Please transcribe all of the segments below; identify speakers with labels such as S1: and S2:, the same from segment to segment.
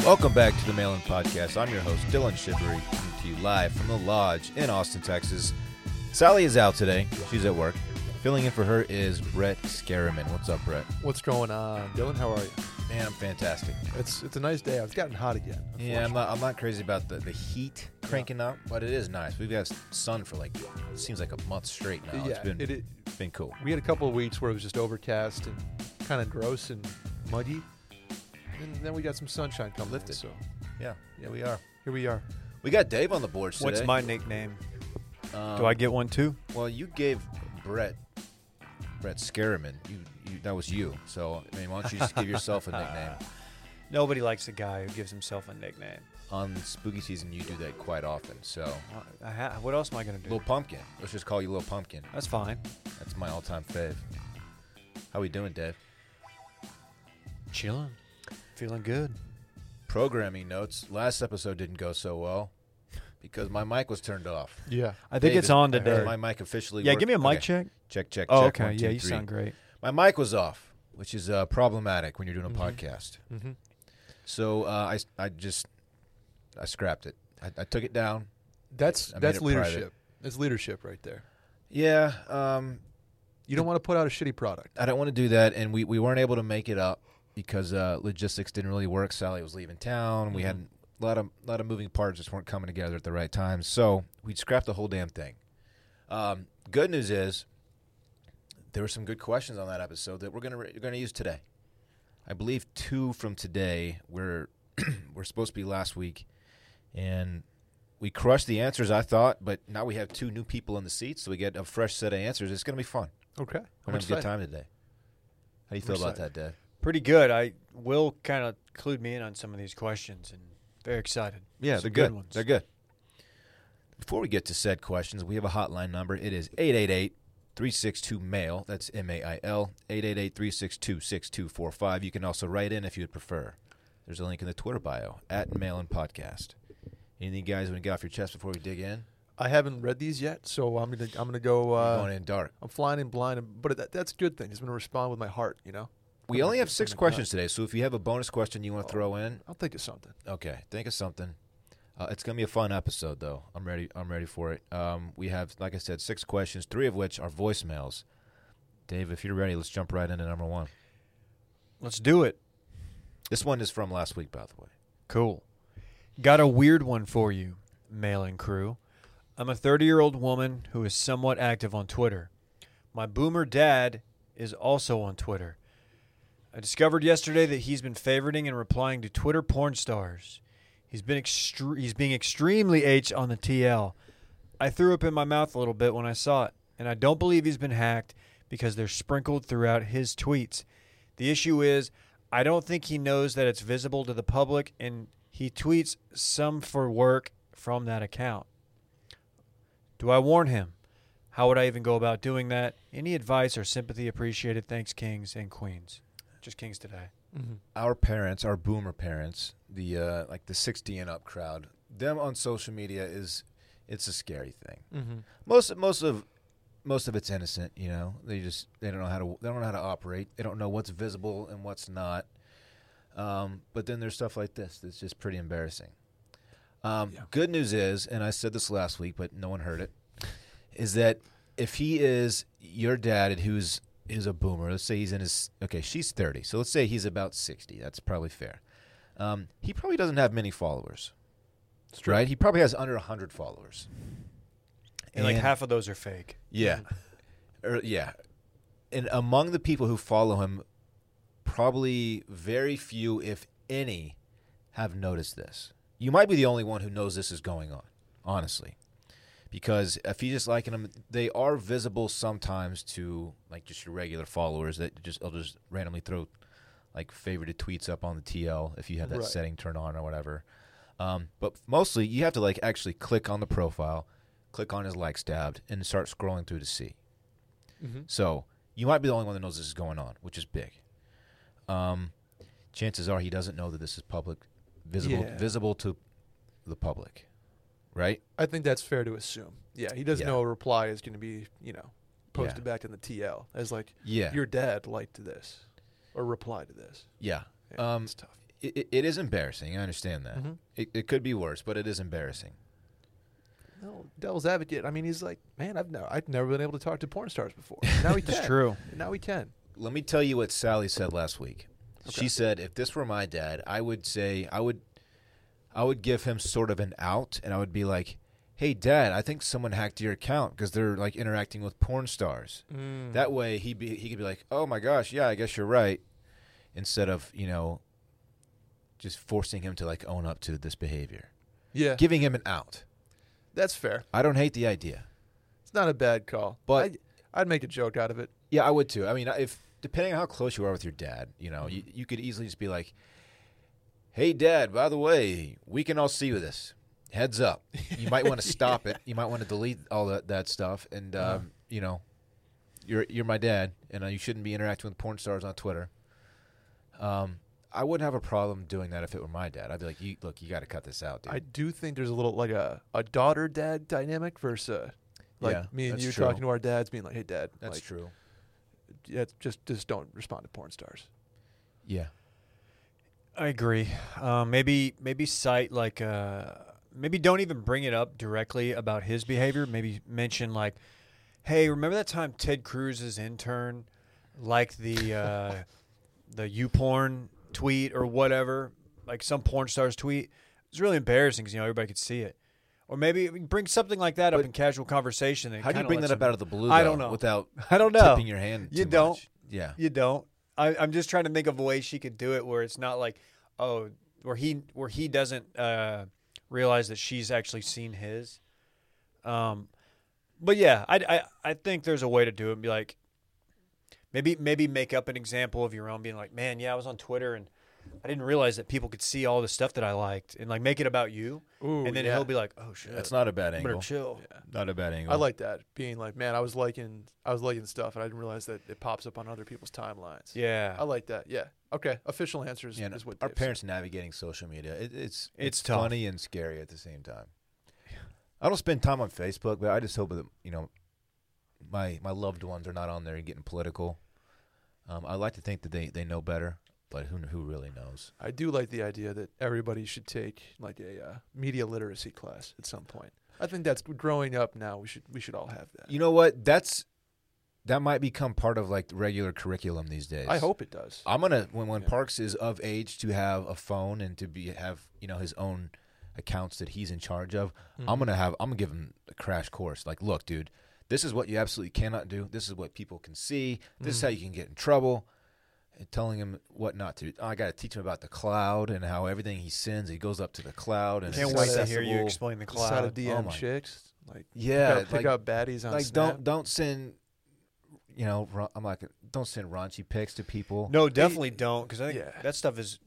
S1: Welcome back to the Mail In Podcast. I'm your host, Dylan Shivery, coming to you live from the Lodge in Austin, Texas. Sally is out today. She's at work. Filling in for her is Brett Scarriman. What's up, Brett?
S2: What's going on, Dylan? How are you?
S1: Man, I'm fantastic.
S2: It's it's a nice day. It's gotten hot again.
S1: Yeah, I'm not, I'm not crazy about the, the heat cranking up, but it is nice. We've got sun for like, it seems like a month straight now.
S2: yeah,
S1: it's been,
S2: it, it-
S1: been cool.
S2: we had a couple of weeks where it was just overcast and kind of gross and muggy, and then we got some sunshine coming. in,
S1: Lifted.
S2: so
S1: Yeah, yeah, we are.
S2: here we are.
S1: We got Dave on the board today.
S3: What's my nickname?
S1: Um,
S3: Do I get one too?
S1: Well, you gave Brett Brett Scarriman. You, you that was you. So I mean, why don't you just give yourself a nickname?
S3: Nobody likes a guy who gives himself a nickname.
S1: On Spooky Season, you do that quite often. So
S3: I ha- what else am I gonna do?
S1: Little Pumpkin. Let's just call you Little Pumpkin.
S3: That's fine.
S1: That's my all-time fave. How we doing, Dave?
S3: Chilling, feeling good.
S1: Programming notes. Last episode didn't go so well because my mic was turned off.
S2: Yeah,
S3: I think
S1: Dave
S3: it's
S1: is-
S3: on
S1: I heard
S3: today.
S1: My mic officially.
S3: Yeah,
S1: worked.
S3: give me a mic
S1: Okay.
S3: check.
S1: Check, check,
S3: Oh,
S1: check.
S3: okay.
S1: One, two,
S3: yeah, you
S1: three.
S3: sound great.
S1: My mic was off, which is uh, problematic when you're doing a
S3: Mm-hmm.
S2: Mhm.
S1: podcast.
S2: hmm
S1: So uh, I, I just, I scrapped it. I, I took it down.
S2: that's
S1: I made
S2: that's
S1: it private.
S2: leadership. That's leadership right there.
S1: Yeah, um,
S2: You don't want to put out a shitty product.
S1: I don't want to do that, and we, we weren't able to make it up because uh, logistics didn't really work. Sally was leaving town. We
S2: Mhm.
S1: had a lot of lot of moving parts just weren't coming together at the right time. So we scrapped the whole damn thing. Um, good news is there were some good questions on that episode that we're gonna re- gonna use today. I believe two from today were were supposed to be last week, and we crushed the answers I thought. But now we have two new people in the seats, so we get a fresh set of answers. It's gonna be fun.
S2: Okay,
S1: We're having
S2: I'm
S1: a good
S2: excited.
S1: time today. How do you
S2: I'm
S1: feel about that,
S2: excited.
S1: Dad?
S3: Pretty good. I will kind of clued me in on some of these questions, and very excited. Some ones.
S1: They're good. Before we get to said questions, we have a hotline number. It is 888 362 MAIL. That's M A I L. 888 362 6245. You can also write in if you would prefer. There's a link in the Twitter bio at Mail and Podcast. Anything, guys, want to get off your chest before we dig in?
S2: I haven't read these yet, so I'm gonna I'm gonna go.
S1: We're
S2: Uh,
S1: going in dark.
S2: I'm flying in blind, and- but that, that's a good thing. It's gonna respond with my heart. You know,
S1: We
S2: I'm
S1: only
S2: gonna
S1: have
S2: get
S1: six
S2: something
S1: questions today, so if you have a bonus question you want to
S2: Oh.
S1: throw in,
S2: I'll think of something.
S1: Okay, think of something. Uh, it's gonna be a fun episode, though. I'm ready. I'm ready for it. Um, we have, like I said, six questions, three of which are voicemails. Dave, if you're ready, let's jump right into number one.
S3: Let's do it.
S1: This one is from last week, by the way.
S3: Cool. Got a weird one for you, mailing crew. I'm a 30 year old woman who is somewhat active on Twitter. My boomer dad is also on Twitter. I discovered yesterday that he's been favoriting and replying to Twitter porn stars. He's been extre- he's being extremely H on the TL. I threw up in my mouth a little bit when I saw it, and I don't believe he's been hacked because they're sprinkled throughout his tweets. The issue is, I don't think he knows that it's visible to the public, and he tweets some for work from that account. Do I warn him? How would I even go about doing that? Any advice or sympathy appreciated? Thanks, kings and queens. Just kings today.
S2: Mm-hmm.
S1: Our parents, our boomer parents, the uh, like the 60 and up crowd, them on social media is, it's a scary thing.
S2: Mm-hmm.
S1: most most of most of it's innocent you know they just they don't know how to they don't know how to operate they don't know what's visible and what's not um, but then there's stuff like this that's just pretty embarrassing um,
S2: Yeah.
S1: good news is and i said this last week but no one heard it is that if he is your dad and who's is a boomer let's say he's in his okay she's 30 so let's say he's about 60 that's probably fair um, he probably doesn't have many followers right he probably has under 100 followers
S3: And, like half of those are fake.
S1: yeah. Or, yeah. And among the people who follow him, probably very few, if any, have noticed this. You might be the only one who knows this is going on, honestly. Because if you just liking them, they are visible sometimes to like just your regular followers that just they'll just randomly throw like favorited tweets up on the TL if you have that
S2: Right.
S1: setting turned on or whatever. Um, but mostly you have to like actually click on the profile, click on his likes tab, and start scrolling through to see.
S2: Mm-hmm.
S1: So you might be the only one that knows this is going on, which is big. Um, chances are he doesn't know that this is public, visible,
S2: Yeah.
S1: visible to the public, right?
S2: I think that's fair to assume. Yeah, he doesn't
S1: Yeah.
S2: know a reply is going to be, you know, posted
S1: Yeah.
S2: back in the TL as like
S1: Yeah,
S2: your dad liked this or replied to this.
S1: yeah.
S2: Yeah,
S1: Um,
S2: it's tough.
S1: I- it, it is embarrassing. I understand that.
S2: Mhm.
S1: It, it could be worse, but it is embarrassing.
S2: No, devil's advocate. I mean, he's like, man, I've never, I've never been able to talk to porn stars before. Now he can.
S3: It's true.
S2: Now he can.
S1: Let me tell you what Sally said last week.
S2: Okay.
S1: She said, "If this were my dad, I would say I would, I would give him sort of an out, and I would be like." Hey dad, I think someone hacked your account because they're like interacting with porn stars.
S2: Mm.
S1: That way he be he could be like, "Oh my gosh, yeah, I guess you're right," instead of you know, just forcing him to like own up to this behavior,
S2: yeah,
S1: giving him an out.
S2: that's fair.
S1: I don't hate the idea.
S2: It's not a bad call.
S1: But-
S2: I, I'd make a joke out of it.
S1: Yeah, I would too. I mean, if depending on how close you are with your dad, you know, you, you could easily just be like, "Hey, dad, by the way, we can all see you this. Heads up, you might want to stop it. You might want to delete all that, that stuff, and um,
S2: Uh-huh.
S1: you know, you're you're my dad, and uh, you shouldn't be interacting with porn stars on Twitter." Um, I wouldn't have a problem doing that if it were my dad. I'd be like, you, "Look, you got to cut this out, dude."
S2: I do think there's a little like a, a daughter dad dynamic versus uh, like
S1: Yeah,
S2: me and
S1: that's
S2: you
S1: true.
S2: talking to our dads, being like, hey dad,
S1: That's
S2: like,
S1: true.
S2: yeah, just just don't respond to porn stars.
S1: Yeah.
S3: I agree. Uh, maybe maybe cite like uh, maybe don't even bring it up directly about his behavior. Maybe mention like, hey, remember that time Ted Cruz's intern liked the uh, the you porn tweet or whatever, like some porn star's tweet. It's really embarrassing because you know everybody could see it. Or maybe bring something like that up
S1: But
S3: in casual conversation. And
S1: How do you
S3: kinda
S1: bring
S3: lets
S1: that up
S3: them-
S1: out of the blue?
S3: I
S1: though,
S3: don't know.
S1: Without
S3: I don't know.
S1: tipping your hand.
S3: You
S1: too
S3: don't.
S1: much? Yeah.
S3: You don't. I, I'm just trying to think of a way she could do it where it's not like, oh, where he where he doesn't uh, realize that she's actually seen his. Um, but yeah, I, I I think there's a way to do it. And be like, maybe maybe make up an example of your own, being like, man, yeah, I was on Twitter and I didn't realize that people could see all the stuff that I liked, and like make it about you,
S2: Ooh,
S3: and then
S2: yeah.
S3: he'll be like, oh shit,
S1: That's not a bad
S3: I better
S1: angle.
S3: chill.
S1: Not a bad angle.
S2: I like that being like, man, I was liking I was liking stuff, and I didn't realize that it pops up on other people's timelines.
S3: Yeah,
S2: I like that. Yeah. Okay. Official answer is,
S1: Yeah, and
S2: is what
S1: our
S2: Dave said.
S1: parents navigating social media. It, it's
S3: It's
S1: it's,
S3: tough.
S1: funny and scary at the same time. I don't spend time on Facebook, but I just hope that you know my my loved ones are not on there and getting political. Um, I like to think that they, they know better, but who who really knows?
S2: I do like the idea that everybody should take like a uh, media literacy class at some point. I think that's growing up now. We should we should all have that.
S1: You know what? That's that might become part of like the regular curriculum these days.
S2: I hope it does.
S1: I'm gonna when when
S2: Yeah.
S1: Parks is of age to have a phone and to be have you know his own accounts that he's in charge of. I'm
S3: Mm-hmm.
S1: gonna have I'm gonna give him a crash course. Like, look, dude, this is what you absolutely cannot do. This is what people can see. This
S3: Mm.
S1: is how you can get in trouble. And telling him what not to. do. I gotta teach him about the cloud and how everything he sends, he goes up to the cloud and
S3: Can't
S1: it's
S3: wait to hear you
S1: accessible.
S3: explain the
S2: Side of
S3: cloud.
S1: Oh
S2: DM
S1: my-
S2: chicks, like
S1: Yeah,
S2: pick, up, pick
S1: like-
S2: up baddies on
S1: Like,
S2: Snap.
S1: don't don't send. You know, ra- I'm like, don't send raunchy pics to people.
S3: No, definitely don't, because I think
S2: Yeah.
S3: that stuff is.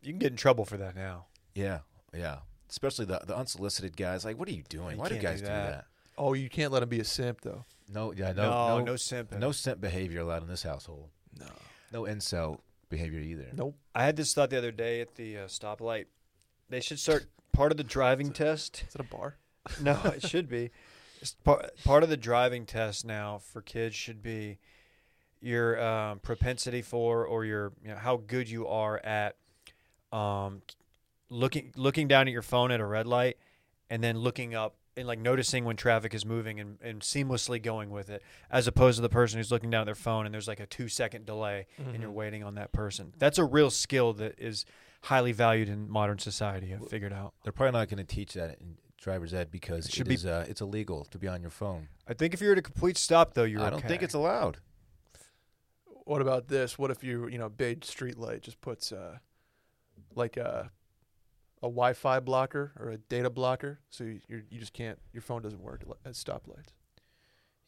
S3: You can get in trouble for that now.
S1: Yeah, yeah. Especially the the unsolicited guys. Like, what are you doing?
S3: You
S1: Why do
S3: can't do
S1: guys do
S3: that.
S1: that?
S2: Oh, you can't let them be a simp though.
S1: No, yeah, no,
S3: No, no,
S1: no,
S3: no
S1: no,
S3: simping.
S1: simp behavior allowed in this household.
S2: No.
S1: No incel behavior either.
S2: Nope.
S3: I had this thought the other day at the uh, stoplight. They should start part of the driving test.
S2: Is it a bar?
S3: No, it should be. It's par- part of the driving test now for kids should be your um, propensity for or your you know, how good you are at um, looking looking down at your phone at a red light and then looking up and like noticing when traffic is moving and, and seamlessly going with it as opposed to the person who's looking down at their phone and there's like a two second delay and you're waiting on that person that's a real skill that is highly valued in modern society i've figured out
S1: They're probably not going to teach that in driver's ed because
S3: It
S1: it,
S3: should
S1: should
S3: be-
S1: uh, it's illegal to be on your phone.
S3: i think if you're at a complete stop though you're
S1: I don't think
S3: okay.
S1: it's allowed.
S2: What about this? What if you you know big street light just puts uh like a a Wi-Fi blocker or a data blocker, so you you're, you just can't your phone doesn't work at li- at stoplights.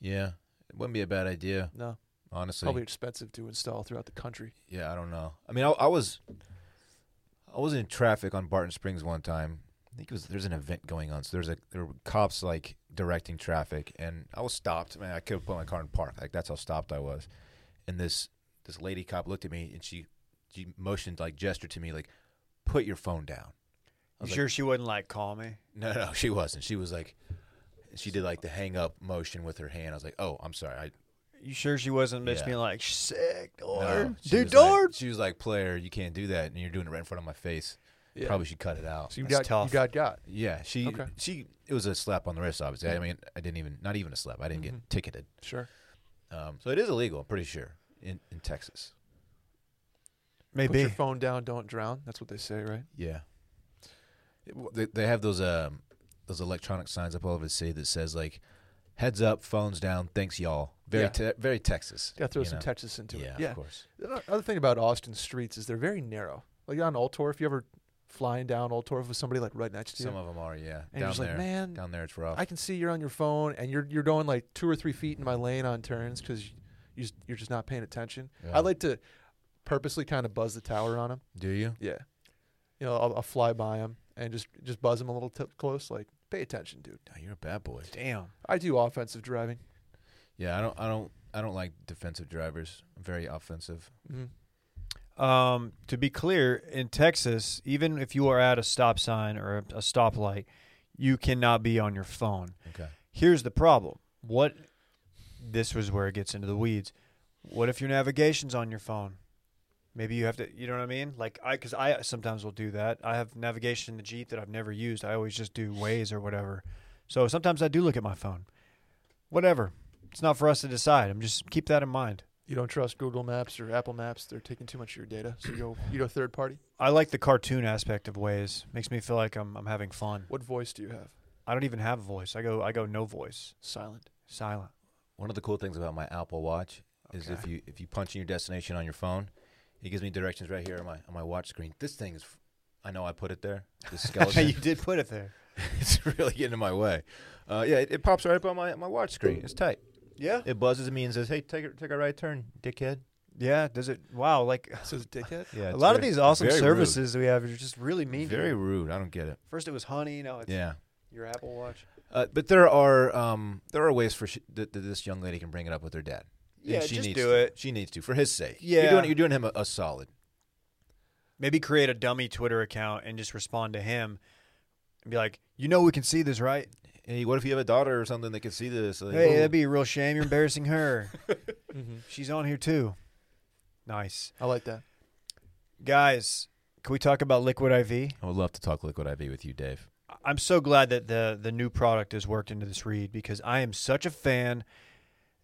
S1: Yeah, it wouldn't be a bad idea,
S2: No,
S1: honestly.
S2: probably expensive to install throughout the country.
S1: Yeah, I don't know. I mean, I, I was I was in traffic on Barton Springs one time. I think it was there's an event going on, so there's a there were cops like directing traffic, and I was stopped. Man, I could have put my car in park. Like that's how stopped I was. And this this lady cop looked at me and she she motioned like gestured to me like put your phone down. I
S3: You
S1: was
S3: sure she wouldn't like call me?
S1: No, no, she wasn't. She was like she did like the hang up motion with her hand. I was like, oh, I'm sorry. I
S3: You sure she wasn't bitch
S1: Yeah.
S3: being like sick
S1: No,
S3: or
S1: she
S3: dude
S1: was like-
S3: Dord?
S1: she was like, player, you can't do that, and you're doing it right in front of my face.
S2: Yeah.
S1: Probably should cut it out.
S2: So you got
S3: That's tough.
S2: you got got.
S1: Yeah, she
S2: Okay. Mm-hmm.
S1: she it was a slap on the wrist, obviously. I mean, I didn't even not even a slap. I didn't
S2: Mhm.
S1: get ticketed.
S2: Sure.
S1: Um, so it is illegal, I'm pretty sure, in, in Texas.
S2: Put your
S3: Maybe.
S2: phone down, don't drown. That's what they say, right?
S1: Yeah, they, they have those um those electronic signs up all over the city that says like, "Heads up, phones down, thanks y'all." Very
S2: Yeah.
S1: te- very Texas.
S2: Got to throw
S1: you
S2: some
S1: know?
S2: Texas into
S1: yeah,
S2: it. Yeah.
S1: of course.
S2: The other thing about Austin streets is they're very narrow. Like on Old Torf, you ever flying down Old Torf with somebody like right next to you?
S1: Some of them are, yeah.
S2: and you're
S1: down
S2: just
S1: there,
S2: like, man,
S1: down there, it's rough.
S2: I can see you're on your phone and you're you're going like two or three feet in my lane on turns because you just, you're just not paying attention.
S1: Yeah.
S2: I like to purposely kind of buzz the tower on them.
S1: Do you?
S2: Yeah, you know, I'll, I'll fly by them and just just buzz them a little t- close. Like, pay attention, dude.
S1: Oh, you're a bad boy.
S3: Damn.
S2: I do offensive driving.
S1: Yeah, I don't, I don't, I don't like defensive drivers. I'm very offensive.
S2: Mm-hmm.
S3: Um, to be clear, in Texas, even if you are at a stop sign or a, a stoplight, you cannot be on your phone.
S1: Okay.
S3: Here's the problem. What this was where it gets into the weeds. What if your navigation's on your phone? Maybe you have to, you know what I mean? Like I cuz I sometimes will do that. I have navigation in the Jeep that I've never used. I always just do Waze or whatever. So sometimes I do look at my phone. Whatever. It's not for us to decide. I'm just keep that in mind.
S2: You don't trust Google Maps or Apple Maps; they're taking too much of your data. So you go you go third party.
S3: I like the cartoon aspect of Waze. Makes me feel like I'm I'm having fun.
S2: What voice do you have?
S3: I don't even have a voice. I go I go no voice,
S2: Silent.
S3: silent.
S1: One of the cool things about my Apple Watch is if
S3: Okay.
S1: you if you punch in your destination on your phone, it gives me directions right here on my on my watch screen. This thing is, I know I put it there. This
S3: you
S1: skeleton,
S3: did put it there.
S1: it's really getting in my way. Uh, yeah, it, it pops right up on my my watch screen. It's tight.
S3: Yeah.
S1: It buzzes at me and says, "Hey, take a, take a right turn, dickhead."
S3: Yeah. Does it? Wow. Like
S2: Says dickhead.
S1: Yeah,
S3: a lot of these awesome services we have are just really
S1: Rude.
S3: mean. to
S1: Very
S3: you.
S1: rude. I don't get it.
S3: First it was honey. Now it's
S1: Yeah.
S3: your Apple Watch.
S1: Uh, but there are um, there are ways for sh- that that this young lady can bring it up with her dad. And
S3: Yeah,
S1: she
S3: just
S1: needs
S3: do
S1: to.
S3: it.
S1: She needs to for his sake. you're
S3: Yeah.
S1: doing, you're doing him a, a solid.
S3: Maybe create a dummy Twitter account and just respond to him, and be like, you know, we can see this, right?
S1: Hey, what if you have a daughter or something that can see this? Like,
S3: Hey,
S1: ooh.
S3: that'd be a real shame. You're embarrassing her.
S2: Mm-hmm.
S3: She's on here too. Nice
S2: I like that.
S3: guys. Can we talk about Liquid IV?
S1: I would love to talk liquid IV with you, Dave.
S3: I'm so glad that the the new product is worked into this read because I am such a fan.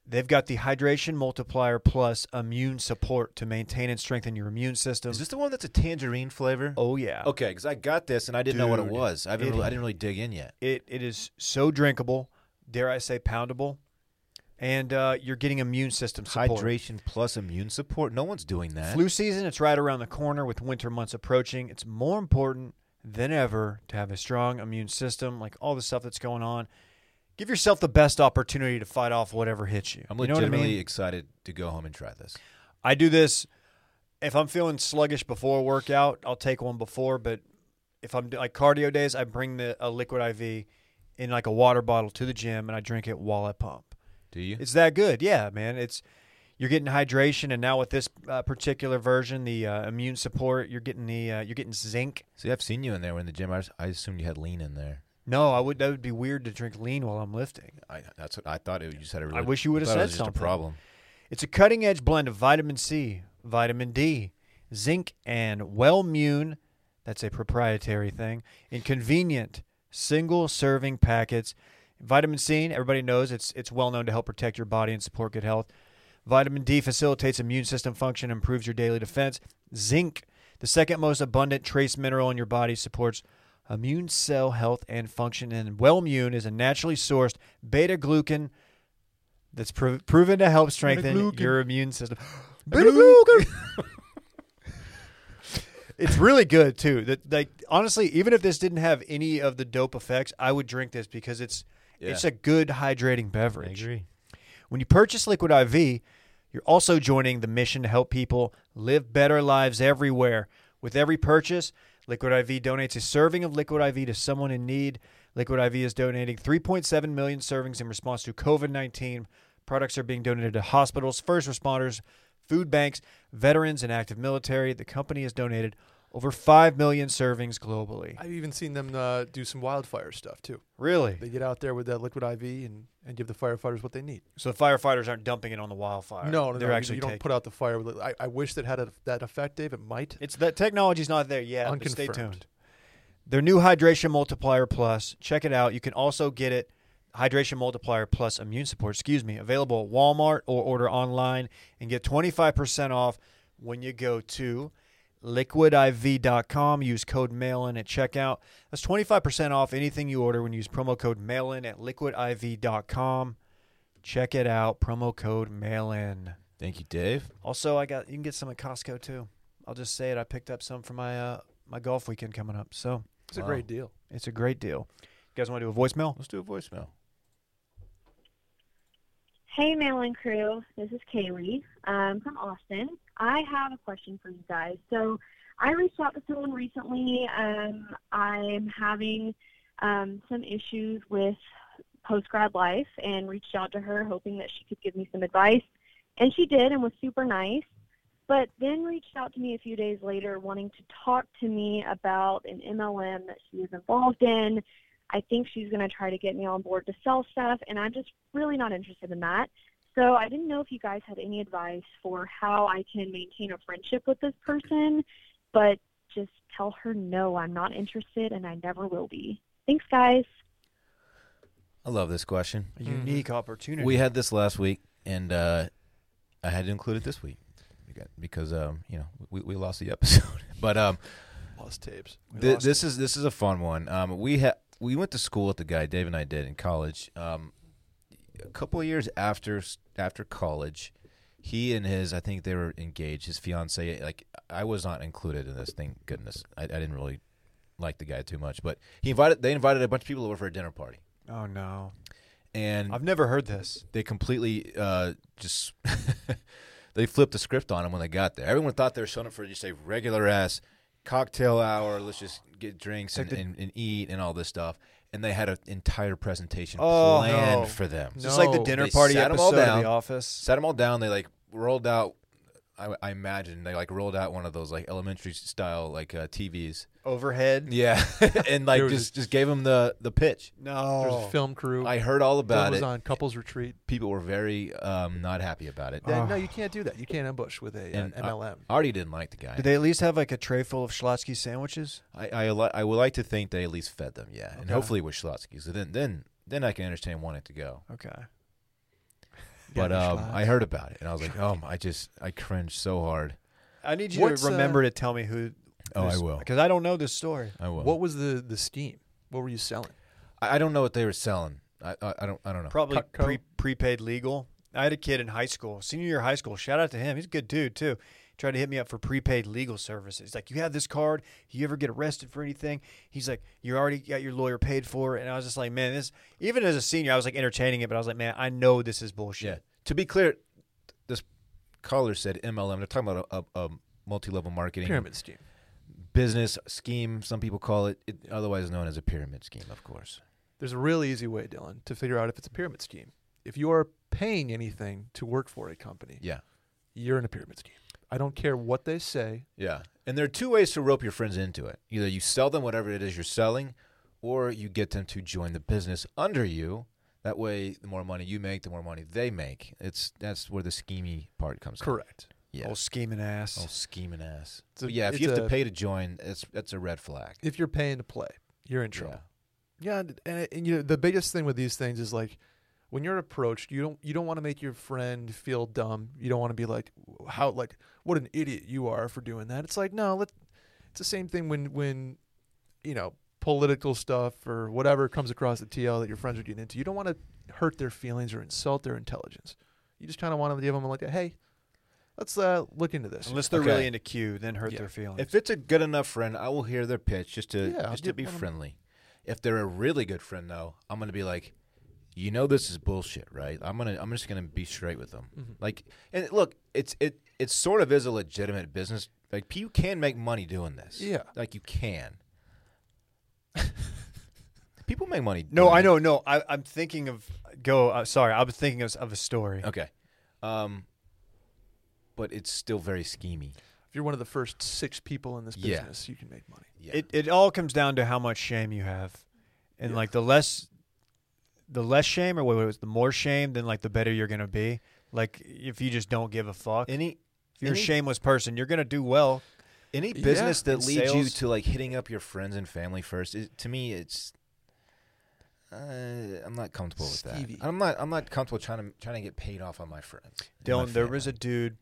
S3: They've got the hydration multiplier plus immune support to maintain and strengthen your immune system.
S1: Is this the one that's a tangerine flavor?
S3: oh yeah.
S1: Okay, because I got this and I didn't know what it
S3: Dude,
S1: was. I haven't.
S3: it-
S1: Really, I didn't really dig in yet.
S3: It it is so drinkable, dare I say poundable, and uh, you're getting immune system support.
S1: Hydration plus immune support. No one's doing that.
S3: Flu season, it's right around the corner with winter months approaching. It's more important than ever to have a strong immune system, like all the stuff that's going on. Give yourself the best opportunity to fight off whatever hits you.
S1: I'm
S3: you know what I
S1: legitimately
S3: mean?
S1: excited to go home and try this.
S3: I do this if I'm feeling sluggish before a workout, I'll take one before, but if I'm do- like cardio days, I bring the a liquid IV in like a water bottle to the gym and I drink it while I pump.
S1: Do you?
S3: It's that good. Yeah, man. It's you're getting hydration and now with this uh, particular version, the uh, immune support, you're getting the uh, you're getting zinc.
S1: See, I've seen you in there in the gym. I, I assumed you had lean in there.
S3: No, I would that would be weird to drink lean while I'm lifting.
S1: I, that's what I thought. It, you just had a really,
S3: wish you would've
S1: thought it
S3: said
S1: was just
S3: something.
S1: A problem.
S3: It's a cutting edge blend of vitamin C, vitamin D, zinc, and Wellmune. That's a proprietary thing. In convenient single serving packets. Vitamin C, everybody knows it's it's well known to help protect your body and support good health. Vitamin D facilitates immune system function, improves your daily defense. Zinc, the second most abundant trace mineral in your body, supports immune cell health and function. And Wellmune is a naturally sourced beta glucan that's pro- proven to help strengthen
S2: Beta-glucan.
S3: your immune system. Beta glucan. it's really good too. That like honestly, even if this didn't have any of the dope effects, I would drink this because it's
S1: Yeah.
S3: it's a good hydrating beverage. When you purchase Liquid IV, you're also joining the mission to help people live better lives everywhere. With every purchase, Liquid IV donates a serving of Liquid IV to someone in need. Liquid IV is donating 3.7 million servings in response to COVID 19. Products are being donated to hospitals, first responders, food banks, veterans, and active military. The company has donated Over 5 million servings globally.
S2: I've even seen them uh, do some wildfire stuff too.
S3: Really?
S2: They get out there with that liquid IV and, and give the firefighters what they need.
S3: So the firefighters aren't dumping it on the wildfire.
S2: No, no,
S3: they're
S2: no, you-
S3: actually
S2: you, don't
S3: taking-
S2: put out the fire. With, I, I wish that had a, that effect, Dave. It might.
S3: It's that technology's not there yet. But stay
S2: Unconfirmed.
S3: tuned. Their new hydration multiplier plus. Check it out. You can also get it. Hydration multiplier plus immune support. Excuse me. Available at Walmart or order online and get 25% off when you go to liquidiv.com. Use code mailin at checkout. That's 25% off anything you order when you use promo code mailin at liquidiv.com. Check it out. Promo code mailin.
S1: Thank you, Dave.
S3: Also, I got you can get some at Costco too. I'll just say it. I picked up some for my uh, my golf weekend coming up, so
S2: It's a
S1: Wow.
S2: great deal.
S3: it's a great deal. You guys want to do a voicemail?
S1: Let's do a voicemail.
S4: Hey, Mail and Crew. This is Kaylee um, from Austin. I have a question for you guys. So, I reached out to someone recently. Um, I'm having um, some issues with post grad life and reached out to her hoping that she could give me some advice. And she did and was super nice, but then reached out to me a few days later wanting to talk to me about an MLM that she is involved in. I think she's going to try to get me on board to sell stuff, and I'm just really not interested in that. So I didn't know if you guys had any advice for how I can maintain a friendship with this person, but just tell her no, I'm not interested, and I never will be. Thanks, guys.
S1: I love this question.
S3: A
S2: Mhm.
S3: unique opportunity.
S1: Mm-hmm. We had this last week, and uh, I had to include it this week beca- because um, you know we, we lost the episode. but um,
S2: Lost tapes.
S3: We
S1: Th-
S3: lost
S1: this is this is a fun one. Um, we ha- we went to school with the guy Dave and I did in college. Um, a couple of years after s- after college, he and his I think they were engaged. His fiance like I was not included in this. Thank goodness I, I didn't really like the guy too much. But he invited they invited a bunch of people over for a dinner party,
S3: oh no,
S1: and
S3: I've never heard this.
S1: they completely uh, just they flipped the script on them when they got there. Everyone thought they were showing up for just a regular ass cocktail hour. Let's just get drinks and,
S3: Like the-
S1: and, and eat and all this stuff. And they had an entire presentation
S3: Oh,
S1: planned
S2: no.
S1: for them.
S3: It's just like the
S2: No,
S3: dinner
S1: they
S3: party
S1: sat 'em all
S3: episode of
S1: down.
S3: The Office.
S1: Sat them all down. They like rolled out. I, I imagine they like rolled out one of those like elementary style like uh, TVs.
S3: Overhead.
S1: Yeah, and like
S2: There was
S1: just just gave them the the pitch.
S2: There's
S3: No.
S2: a film crew.
S1: I heard all
S2: Film
S1: about
S2: was
S1: it.
S2: on couples retreat.
S1: People were very um, not happy about it.
S2: That-
S3: Oh.
S2: No, you can't do that. You can't ambush with a an
S1: And, uh,
S2: MLM.
S1: I already didn't like the guy.
S3: Did they at least have like a tray full of Schlotsky sandwiches?
S1: I I, li- I would like to think they at least fed them, yeah, and
S3: Okay.
S1: hopefully with Schlotsky. So then then then I can understand wanting to go.
S3: Okay.
S1: But
S3: Yeah,
S1: um, I
S3: Schlots.
S1: heard about it and I was like, oh, I just I cringed so hard.
S3: I need you
S2: What's,
S3: to
S2: uh,
S3: remember to tell me who.
S1: Oh, I will.
S3: because I don't know this story.
S1: I will.
S2: What was the the scheme? What were you selling?
S1: I, I don't know what they were selling. I I, I don't I don't know.
S3: probably
S2: Cutco.
S3: pre- prepaid legal. I had a kid in high school, senior year of high school. Shout out to him. He's a good dude too. Tried to hit me up for prepaid legal services. Like, you have this card. You ever get arrested for anything? He's like, you already got your lawyer paid for. it." And I was just like, man, this. Even as a senior, I was like entertaining it, but I was like, man, I know this is
S1: yeah.
S3: bullshit.
S1: To be clear, this caller said MLM. They're talking about a, a, a multi-level marketing
S2: Pyramid scheme.
S1: business scheme. Some people call it, it, otherwise known as a pyramid scheme, of course.
S2: There's a real easy way, Dylan, to figure out if it's a pyramid scheme. If you are paying anything to work for a company,
S1: Yeah.
S2: you're in a pyramid scheme. I don't care what they say.
S1: Yeah. And there are two ways to rope your friends into it. Either you sell them whatever it is you're selling, or you get them to join the business under you. That way, the more money you make, the more money they make. It's that's where the schemey part comes. in.
S2: Correct.
S1: Yeah.
S3: Old scheming ass.
S1: Oh, scheming ass.
S2: It's a-
S1: But yeah. If
S2: it's
S1: you have
S2: a-
S1: to pay to join, it's that's a red flag.
S2: If you're paying to play, you're in trouble.
S1: Yeah.
S2: Yeah, and, and, and you know the biggest thing with these things is like when you're approached, you don't you don't want to make your friend feel dumb. You don't want to be like how like what an idiot you are for doing that. It's like no, let it's the same thing when when you know political stuff or whatever comes across the TL that your friends are getting into. You don't want to hurt their feelings or insult their intelligence. You just kind of want to give them like, a, hey, let's uh, look into this.
S3: Unless they're
S1: Okay.
S3: really into Q, then hurt
S2: Yeah.
S3: their feelings.
S1: If it's a good enough friend, I will hear their pitch just to
S2: Yeah, I'll
S1: just to
S2: give
S1: be
S2: one of-
S1: friendly. If they're a really good friend, though, I'm gonna be like, you know, this is bullshit, right? I'm gonna I'm just gonna be straight with them.
S2: Mhm.
S1: Like, and look, it's it it sort of is a legitimate business. Like, you can make money doing this.
S2: Yeah.
S1: like you can. People make money.
S3: no,
S1: doing
S3: I
S1: it.
S3: know, no. I, I'm thinking of go. Uh, sorry, I was thinking of, of a story.
S1: Okay, um, but it's still very schemy.
S2: If you're one of the first six people in this
S1: Yeah.
S2: business, you can make money.
S1: Yeah.
S3: It it all comes down to how much shame you have, and
S2: Yeah.
S3: like the less, the less shame or what was the more shame, then like the better you're gonna be. Like if you just don't give a fuck,
S1: any
S3: if you're a
S1: any-
S3: shameless person, you're gonna do well.
S1: any
S2: Yeah.
S1: business that
S3: And
S1: leads you
S3: sales.
S1: to like hitting up your friends and family first, it, to me, it's uh, I'm not comfortable with
S2: Stevie.
S1: that. I'm not I'm not comfortable trying to trying to get paid off on my friends. and my
S3: Dylan, there was a
S1: family.
S3: dude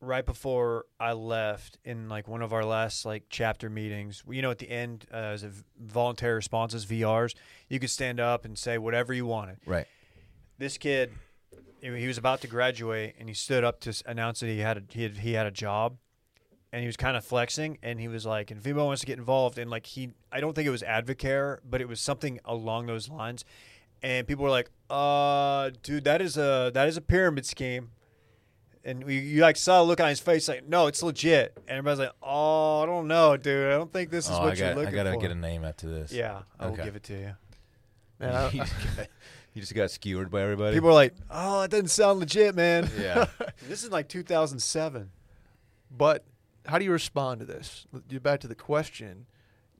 S3: right before I left in like one of our last like chapter meetings. You know, at the end, uh, as a voluntary responses VRs, you could stand up and say whatever you wanted.
S1: right.
S3: This kid, he he was about to graduate, and he stood up to s- announce that he had a, he had, he had a job, and he was kind of flexing, and he was like, "And if anybody wants to get involved," and like he, I don't think it was Advocare, but it was something along those lines, and people were like, "Uh, dude, that is a that is a pyramid scheme." and we, you like saw a look on his face like no it's legit and everybody's like oh i don't know dude i don't think this is
S1: Oh,
S3: what
S1: I
S3: you're
S1: got I
S3: looking
S1: gotta
S3: for
S1: get a name after this.
S3: yeah i will
S1: Okay.
S3: give it to you
S2: Man, I-
S1: you,
S2: I-
S1: just got, you just got skewered by everybody.
S3: people are like oh it doesn't sound legit man
S1: yeah.
S3: this is like 2007
S2: but how do you respond to this? You back to the question.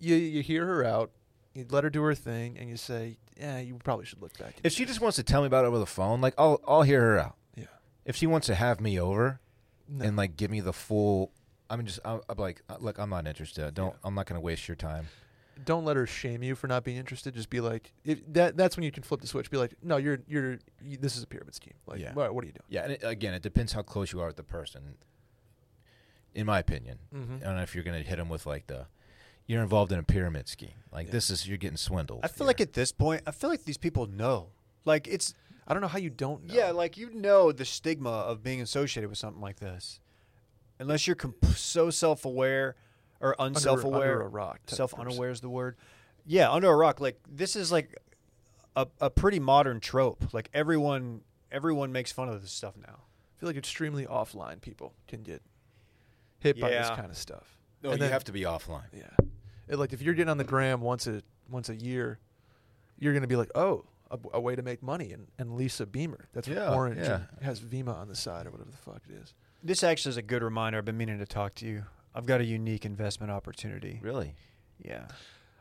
S2: You you hear her out, you let her do her thing, and you say, yeah, you probably should look back.
S1: If she just wants to tell me about it over the phone, like I'll I'll hear her out.
S2: yeah,
S1: If she wants to have me over
S2: no.
S1: and like give me the full, I'm just I'm, I'm like uh, look, I'm not interested. Don't I'm not gonna waste your time.
S2: don't let her shame you for not being interested. Just be like, if that that's when you can flip the switch. Be like, no, you're you're you, this is a pyramid scheme. Like,
S1: Yeah.
S2: what, what are you doing?
S1: Yeah, and it, again, it depends how close you are with the person. In my opinion,
S3: Mm-hmm.
S1: I don't know if you're gonna hit them with like the, you're involved in a pyramid scheme. Like
S2: Yeah.
S1: this is you're getting swindled.
S3: i feel like at this point i feel like these people know like it's
S2: I don't know how you don't. Know.
S3: yeah like you know the stigma of being associated with something like this unless you're comp- so self-aware or
S2: Under-
S3: unself-aware
S2: under a rock. type
S3: self
S2: person.
S3: unaware is the word. Yeah, under a rock. Like this is like a, a pretty modern trope. Like everyone everyone makes fun of this stuff now.
S2: I feel like extremely offline people can get hit by this
S3: Yeah.
S2: kind of stuff.
S1: no,
S2: and
S1: you
S2: then-
S1: have to be offline.
S2: Yeah, It- like if you're getting on the gram once a once a year, you're gonna be like, oh, a, a way to make money. And, and Lisa Beamer, that's what
S1: Yeah,
S2: orange
S1: yeah.
S2: and has Vima on the side or whatever the fuck it is.
S3: This actually is a good reminder. I've been meaning to talk to you. I've got a unique investment opportunity.
S1: Really,
S3: Yeah.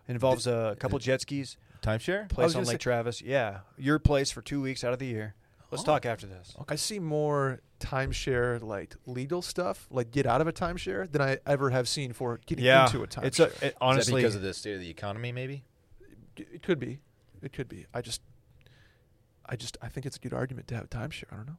S3: It involves a couple jet skis,
S1: timeshare?
S3: place on
S2: gonna
S3: Lake
S2: say-
S3: Travis. Yeah. Your place for two weeks out of the year. Let's
S2: Oh.
S3: talk after this.
S2: I see more timeshare like legal stuff, like get out of a timeshare, than I ever have seen for getting into a timeshare.
S3: It's a, it,
S1: Oh, is that
S3: honestly
S1: because of the state of the economy, maybe.
S2: it could be, it could be. I just, I just, I think it's a good argument to have a timeshare. I don't know,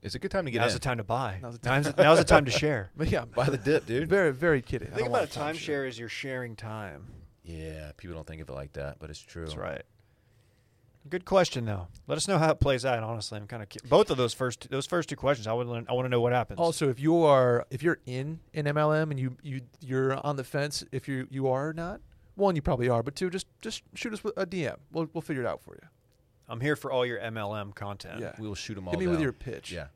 S1: It's a good time to get
S3: now's
S1: in.
S3: the time to buy.
S2: Now's the
S3: Now's, now's the time to share.
S2: but yeah,
S1: Buy the dip, dude.
S2: very, very kidding. I
S3: Think
S2: don't want
S3: about a timeshare as you're sharing time.
S1: Yeah, people don't think of it like that, but it's true.
S3: That's right. Good question, though. Let us know how it plays out. Honestly, I'm kind of cu- both of those first those first two questions. I would learn, I want to know what happens.
S2: Also, if you are if you're in an MLM and you you you're on the fence if you you are or not, one you probably are, but two just just shoot us with a DM. We'll we'll figure it out for you.
S3: I'm here for all your MLM content.
S2: Yeah.
S1: We will shoot them all.
S2: Hit me with
S1: down.
S2: your pitch.
S1: Yeah.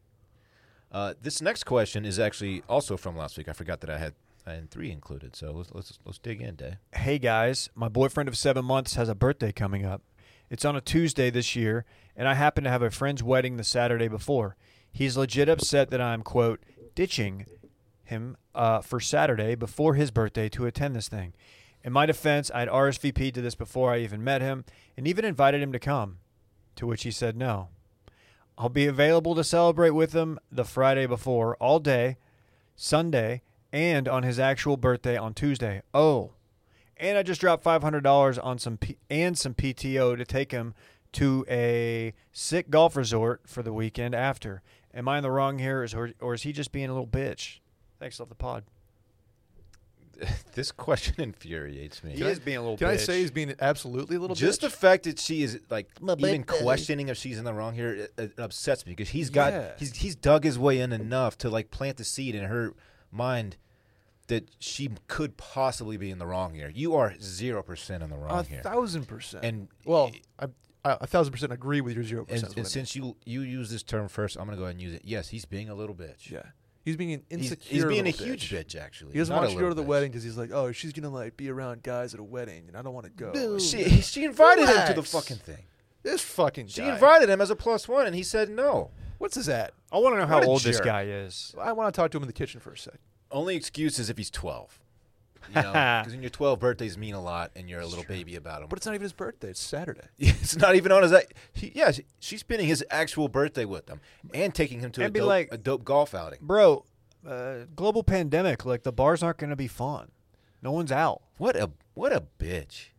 S1: Uh, this next question is actually also from last week. I forgot that I had I had three included. So let's let's let's dig in, Day.
S3: Hey guys, my boyfriend of seven months has a birthday coming up. It's on a Tuesday this year, and I happen to have a friend's wedding the Saturday before. He's legit upset that I'm quote ditching him uh, for Saturday before his birthday to attend this thing. In my defense, I'd RSVP'd to this before I even met him, and even invited him to come, to which he said no. I'll be available to celebrate with him the Friday before, all day, Sunday, and on his actual birthday on Tuesday. Oh, and I just dropped five hundred dollars on some P- and some PTO to take him to a sick golf resort for the weekend after. Am I in the wrong here, is- or, or is he just being a little bitch? Thanks, love the pod. this
S1: this question infuriates me.
S3: He is being a little.
S2: Can
S3: bitch.
S2: I say he's being absolutely a little
S1: Just the
S2: bitch?
S1: fact that she is like
S3: My
S1: even
S3: birthday.
S1: questioning if she's in the wrong here it, it upsets me because he's got
S2: Yeah.
S1: he's he's dug his way in enough to like plant the seed in her mind that she could possibly be in the wrong here. You are zero percent in the wrong
S2: a
S1: here.
S2: thousand percent.
S1: And-
S2: well, I, I a thousand percent agree with your zero
S1: And,
S2: percent.
S1: and since you you use this term first, I'm gonna go ahead and use it. Yes, he's being a little bitch.
S2: yeah, he's being an
S1: He's-
S2: insecure.
S1: He's, being a
S2: little
S1: huge bitch, actually.
S2: He doesn't
S1: Not
S2: want
S1: a
S2: you to go to the
S1: little bitch.
S2: wedding because he's like, oh, she's gonna like be around guys at a wedding, and I don't want to go.
S1: Dude,
S2: Like,
S1: she, she invited him to the
S2: Relax.
S1: fucking thing.
S2: this fucking
S1: She
S2: guy.
S1: invited him as a plus one, and he said no.
S2: What's his at?
S3: I want to know how
S1: What a
S3: old this
S1: jerk.
S3: guy is.
S2: I want to talk to him in the kitchen for a sec.
S1: Only excuse is if he's 12. You know, because when you're 12, birthdays mean a lot, and you're a little baby about them.
S2: But it's not even his birthday. It's Saturday.
S1: it's not even on his. He, yeah, she- she's spending his actual birthday with them and taking him to a
S3: And be
S1: dope,
S3: like-
S1: a dope golf outing.
S3: Bro, uh, global pandemic, like the bars aren't going to be fun. No one's out.
S1: What a what a bitch.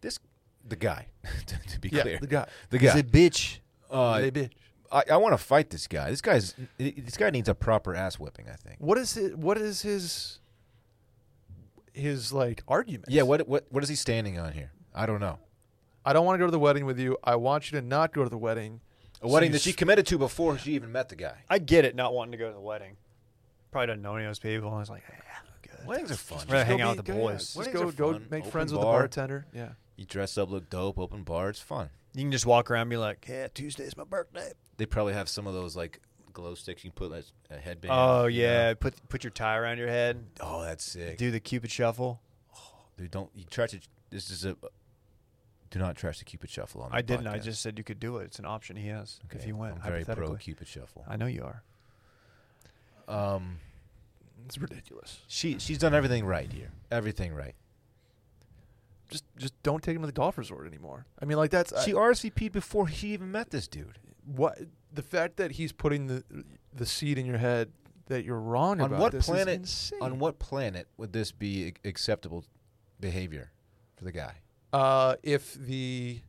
S1: This the guy. to, to be
S2: Yeah,
S1: clear,
S2: the guy.
S1: The
S3: He's
S1: guy.
S3: a bitch.
S1: Uh,
S2: Hey, bitch.
S1: I, I want to fight this guy. This guy's this guy needs a proper ass whipping. I think.
S2: What is it? What is his his like argument?
S1: Yeah. What what what is he standing on here? I don't know.
S2: I don't want to go to the wedding with you. I want you to not go to the wedding.
S1: A wedding
S2: you
S1: that she committed to before she even met the guy.
S3: I get it not wanting to go to the wedding. Probably doesn't know any of those people. I was like, yeah, good.
S1: Weddings are fun.
S2: Go
S3: Rather hang out
S2: be-
S3: with the
S2: go- yeah,
S3: boys.
S2: Just
S1: Weddings
S2: go,
S1: are
S2: go
S1: fun.
S2: make
S1: Open
S2: friends with the
S1: bar.
S2: bartender. Yeah.
S1: You dress up, look dope, open bar. It's fun.
S3: You can just walk around and be like, yeah, Tuesday's my birthday.
S1: They probably have some of those like glow sticks you can put like a headband.
S3: Oh,
S1: you
S3: yeah.
S1: know?
S3: Put put your tie around your head.
S1: Oh, that's sick. Dude,
S3: Do the Cupid shuffle.
S1: don't you try to. This is a. Do not trash the Cupid Shuffle on. The
S3: I didn't. I
S1: podcast.
S3: just said you could do it. It's an option he has if
S1: Okay,
S3: he went.
S1: I'm very pro
S3: hypothetically.
S1: Cupid Shuffle.
S3: I know you are.
S1: Um,
S2: It's ridiculous.
S1: she she's done everything right here. Everything right.
S2: Just just don't take him to the golf resort anymore. I mean, like that's
S1: She
S2: I,
S1: RSVP'd before he even met this dude.
S2: what the fact that he's putting the the seed in your head that you're wrong
S1: on
S2: about
S1: what
S2: this is
S1: planet?
S2: insane.
S1: On what planet would this be ac- acceptable behavior for the guy?
S2: Uh, if the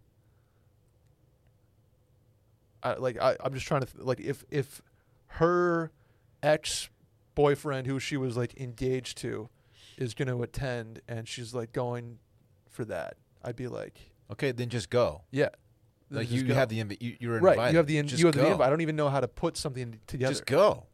S2: I, like I, I'm just trying to th- like if if her ex boyfriend who she was like engaged to is going to attend and she's like going for that, I'd be like,
S1: Okay, then just go.
S2: yeah, then
S1: Like
S2: just
S1: you
S2: go.
S1: have the invi- you, you're
S2: right,
S1: invited.
S2: you have the in-
S1: Just
S2: you have
S1: go.
S2: the invite. I don't even know how to put something together.
S1: Just go.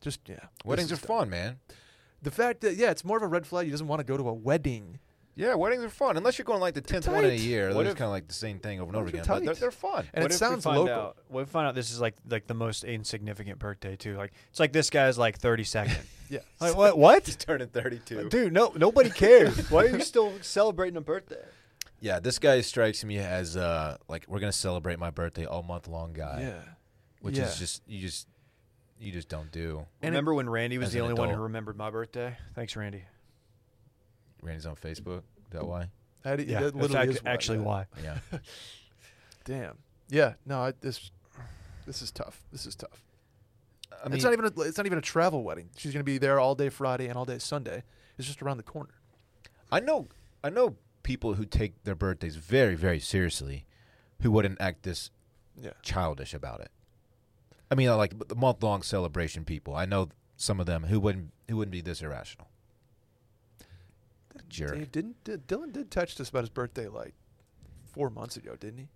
S2: Just yeah,
S1: Weddings are
S2: This is
S1: fun, man.
S2: dumb. The fact that yeah, it's more of a red flag. He doesn't want to go to a wedding.
S1: Yeah, weddings are fun unless you're going like the tenth one in a
S2: tight.
S1: year.
S3: What
S1: It's
S3: if-
S1: kind of like the same thing over and over
S2: Those are
S1: again. But they're,
S2: tight.
S1: they're fun.
S2: And
S3: What
S2: it
S3: if we
S2: sounds
S3: find
S2: local.
S3: Out, what if we find out this is like like the most insignificant birthday too? Like it's like this guy's like thirty second.
S2: Yeah,
S3: like what? What?
S1: turning thirty-two.
S3: Dude, no, nobody cares. Why are you still celebrating a birthday?
S1: Yeah, this guy strikes me as uh, like we're gonna celebrate my birthday all month long guy,
S2: yeah,
S1: which
S2: Yeah.
S1: is just you just you just don't do.
S2: And it-
S3: Remember when Randy was
S1: As
S3: the
S1: an
S3: only one who
S1: adult.
S3: remembered my birthday? Thanks, Randy.
S1: Randy's on Facebook. Is that why?
S2: How do you-
S3: Yeah,
S2: that
S3: that's
S2: literally
S3: act-
S2: is why,
S3: actually
S2: yeah.
S3: why.
S1: Yeah.
S2: Damn. Yeah. No. I, this. This is tough. This is tough.
S1: I mean,
S2: it's not even. A, it's not even a travel wedding. She's gonna be there all day Friday and all day Sunday. It's just around the corner.
S1: I know I know people who take their birthdays very very seriously, who wouldn't act this
S2: Yeah.
S1: childish about it. I mean, like the month long celebration people. I know some of them who wouldn't who wouldn't be this irrational. Jerk.
S2: Dave didn't. Did, Dylan did text us about his birthday like four months ago, didn't he?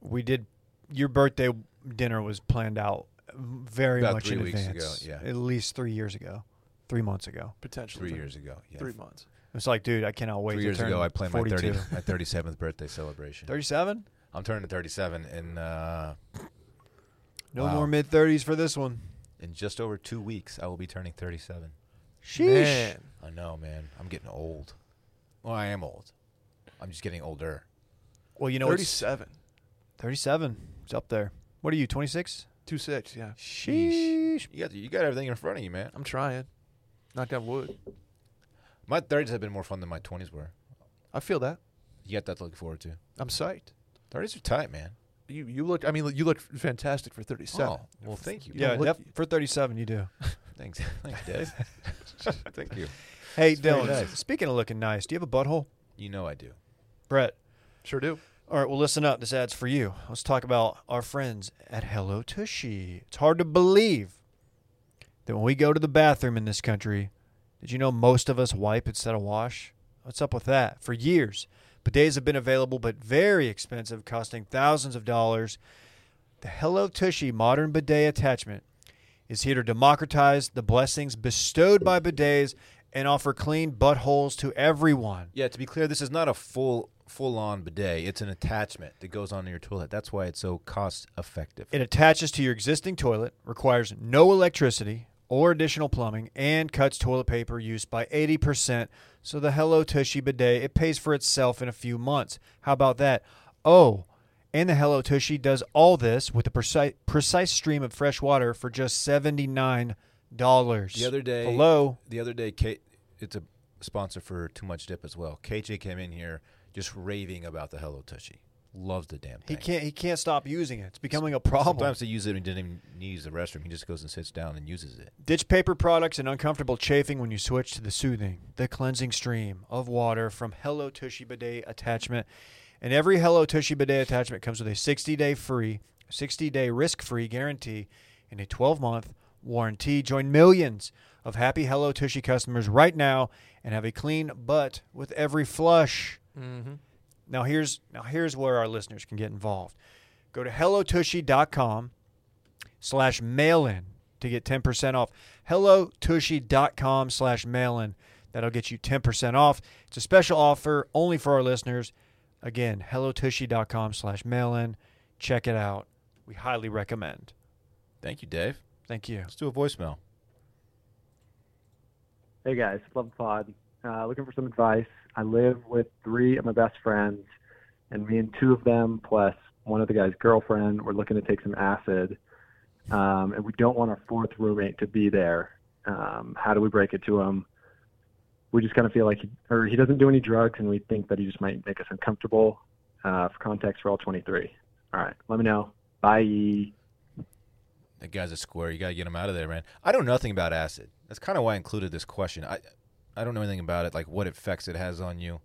S3: We did. Your birthday dinner was planned out very
S1: About
S3: much
S1: three
S3: in
S1: weeks ago,
S3: advance.
S1: yeah.
S3: at least three years ago, three months ago.
S2: Potentially
S1: Three years ago. Yeah.
S2: Three months.
S3: It's like, dude, I cannot wait.
S1: Three
S3: to
S1: years
S3: turn
S1: ago, I planned my
S3: 42.
S1: thirty my thirty seventh birthday celebration.
S3: 37?
S1: I'm turning thirty seven in uh,
S3: No
S1: Wow.
S3: more mid 30s for this one.
S1: in just over two weeks. I will be turning thirty seven.
S2: Man.
S1: I know, man. I'm getting old. Well, I am old. I'm just getting older.
S3: Well, you know, it's
S2: Thirty-seven.
S3: 37. It's up there. What are you, 26?
S2: Two six. Yeah.
S1: Sheesh. You got you got everything in front of you, man.
S2: I'm trying. Knock on wood.
S1: My thirties have been more fun than my twenties were.
S2: I feel that.
S1: You got that to look forward to.
S2: I'm psyched.
S1: Thirties are tight, man.
S2: You you look. I mean, you look fantastic for thirty-seven.
S1: Oh, well, thank you.
S2: You don't
S3: Yeah,
S2: look-
S3: yep, for 37, you do.
S1: Thanks, thanks, Dave. thank you.
S3: Hey,
S1: pretty
S3: Dylan,
S1: nice.
S3: speaking of looking nice, do you have a butthole?
S1: You know I do.
S3: Brett.
S2: Sure do.
S3: All right, well, listen up. This ad's for you. Let's talk about our friends at Hello Tushy. It's hard to believe that when we go to the bathroom in this country, did you know most of us wipe instead of wash? What's up with that? For years, bidets have been available, but very expensive, costing thousands of dollars. The Hello Tushy modern bidet attachment is here to democratize the blessings bestowed by bidets and offer clean buttholes to everyone.
S1: Yeah, to be clear, this is not a full full on bidet. It's an attachment that goes onto your toilet. That's why it's so cost effective.
S3: It attaches to your existing toilet, requires no electricity or additional plumbing, and cuts toilet paper use by 80%. So the Hello Tushy bidet, it pays for itself in a few months. How about that? Oh, And the Hello Tushy does all this with a precise, precise stream of fresh water for just $79.
S1: The other day,
S3: Hello.
S1: the other day, Kate, it's a sponsor for Too Much Dip as well. KJ came in here just raving about the Hello Tushy. Loves the damn
S3: He
S1: thing.
S3: can't, he can't stop using it. It's becoming a problem.
S1: Sometimes he uses it and he didn't even use the restroom. He just goes and sits down and uses it.
S3: Ditch paper products and uncomfortable chafing when you switch to the soothing, the cleansing stream of water from Hello Tushy Bidet attachment. And every Hello Tushy Bidet attachment comes with a 60-day free, 60-day risk-free guarantee and a 12-month warranty. Join millions of happy Hello Tushy customers right now and have a clean butt with every flush.
S2: Mm-hmm.
S3: Now here's now here's where our listeners can get involved. Go to hellotushy.com slash mail in to get 10% off. Hellotushy.com slash mail in. That'll get you 10% off. It's a special offer only for our listeners. Again, hellotushy.com slash mail in. Check it out. We highly recommend.
S1: Thank you, Dave.
S3: Thank you.
S1: Let's do a voicemail.
S5: Hey guys, love the pod. Uh, looking for some advice. I live with three of my best friends, and me and two of them, plus one of the guy's girlfriend, we're looking to take some acid, um, and we don't want our fourth roommate to be there. Um, how do we break it to him? We just kind of feel like, he, or he doesn't do any drugs, and we think that he just might make us uncomfortable. Uh, for context, we're all 23. All right, let me know. Bye.
S1: That guy's a square. You got to get him out of there, man. I know nothing about acid. That's kind of why I included this question. I I don't know anything about it, like what effects it has on you.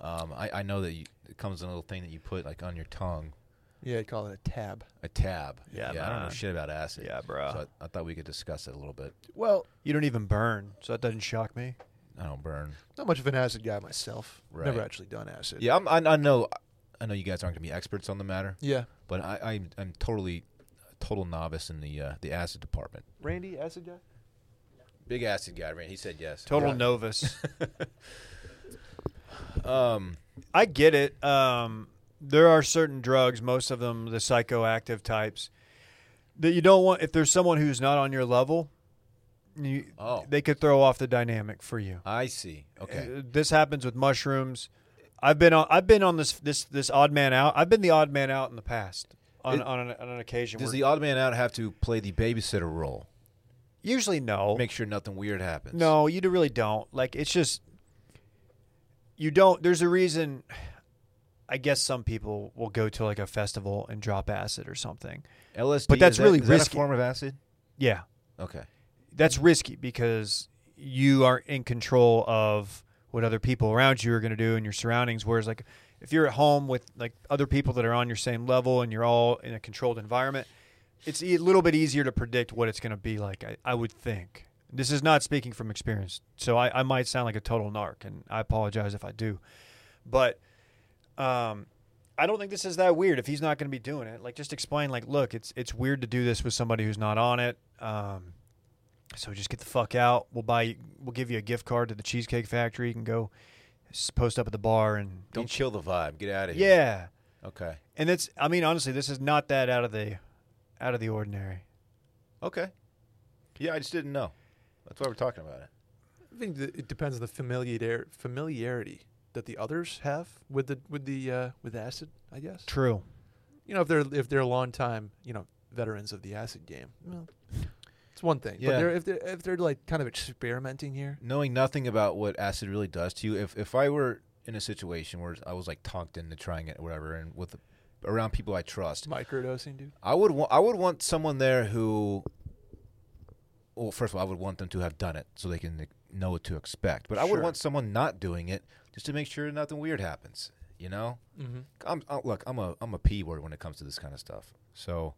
S1: Um, I, I know that you, it comes in a little thing that you put like on your tongue,
S2: Yeah, I'd call it a tab.
S1: a tab.
S3: Yeah,
S1: I don't know
S3: man.
S1: shit about acid.
S3: bro.
S1: So I, I thought we could discuss it a little bit.
S3: well, you don't even burn, so that doesn't shock me.
S1: I don't burn.
S2: Not much of an acid guy myself. Never
S1: Right.
S2: actually done acid.
S1: Yeah, I'm, I, I know. I know you guys aren't going to be experts on the matter,
S2: Yeah.
S1: but I, I'm I'm totally total novice in the uh, the acid department.
S2: Randy, acid guy?
S1: Big acid guy, Rand. He said yes.
S3: Total
S2: Yeah.
S3: novice.
S1: Um,
S3: I get it. Um, there are certain drugs, most of them the psychoactive types, that you don't want. If there's someone who's not on your level, you,
S1: Oh.
S3: they could throw off the dynamic for you.
S1: I see. Okay.
S3: Uh, This happens with mushrooms. I've been on. I've been on this this this odd man out. I've been the odd man out in the past on
S1: It-
S3: on, an, on an occasion.
S1: Does
S3: where-
S1: the odd man out have to play the babysitter role?
S3: usually no.
S1: Make sure nothing weird happens.
S3: Oh. No, you d- really don't. Like it's just you don't. There's a reason. I guess some people will go to like a festival and drop acid or something.
S1: LSD.
S3: But that's
S1: is that-
S3: really
S1: is that a
S3: risky.
S1: form of acid.
S3: Yeah,
S1: Okay.
S3: that's risky because you are in control of what other people around you are going to do and your surroundings. Whereas, like, if you're at home with like other people that are on your same level and you're all in a controlled environment, it's e- a little bit easier to predict what it's going to be like. I, I would think. This is not speaking from experience, so I, I might sound like a total narc, and I apologize if I do. But um, I don't think this is that weird. If he's not going to be doing it, like, just explain, like, look, it's it's weird to do this with somebody who's not on it. Um, so just get the fuck out. We'll buy. you- We'll give you a gift card to the Cheesecake Factory. You can go s- post up at the bar and
S1: Don't kill the vibe. Get out of here.
S3: yeah.
S1: Okay.
S3: And it's. I mean, honestly, this is not that out of the out of the ordinary.
S1: Okay. Yeah, I just didn't know. That's why we're talking about it.
S2: I think that it depends on the familiar familiarity that the others have with the with the uh, with acid. I guess
S3: True.
S2: you know if they're if they're long time you know veterans of the acid game. Well, it's one thing,
S1: Yeah.
S2: but they're, if they're if they're like kind of experimenting here,
S1: Knowing nothing about what acid really does to you. If if I were in a situation where I was like talked into trying it, or whatever, and with around people I trust,
S2: microdosing, dude.
S1: I would want I would want someone there who well first of all I would want them to have done it so they can like, know what to expect. But I would
S3: Sure.
S1: want someone not doing it just to make sure nothing weird happens, you know?
S2: Mm-hmm.
S1: I'm uh, look, I'm a I'm a P word when it comes to this kind of stuff. So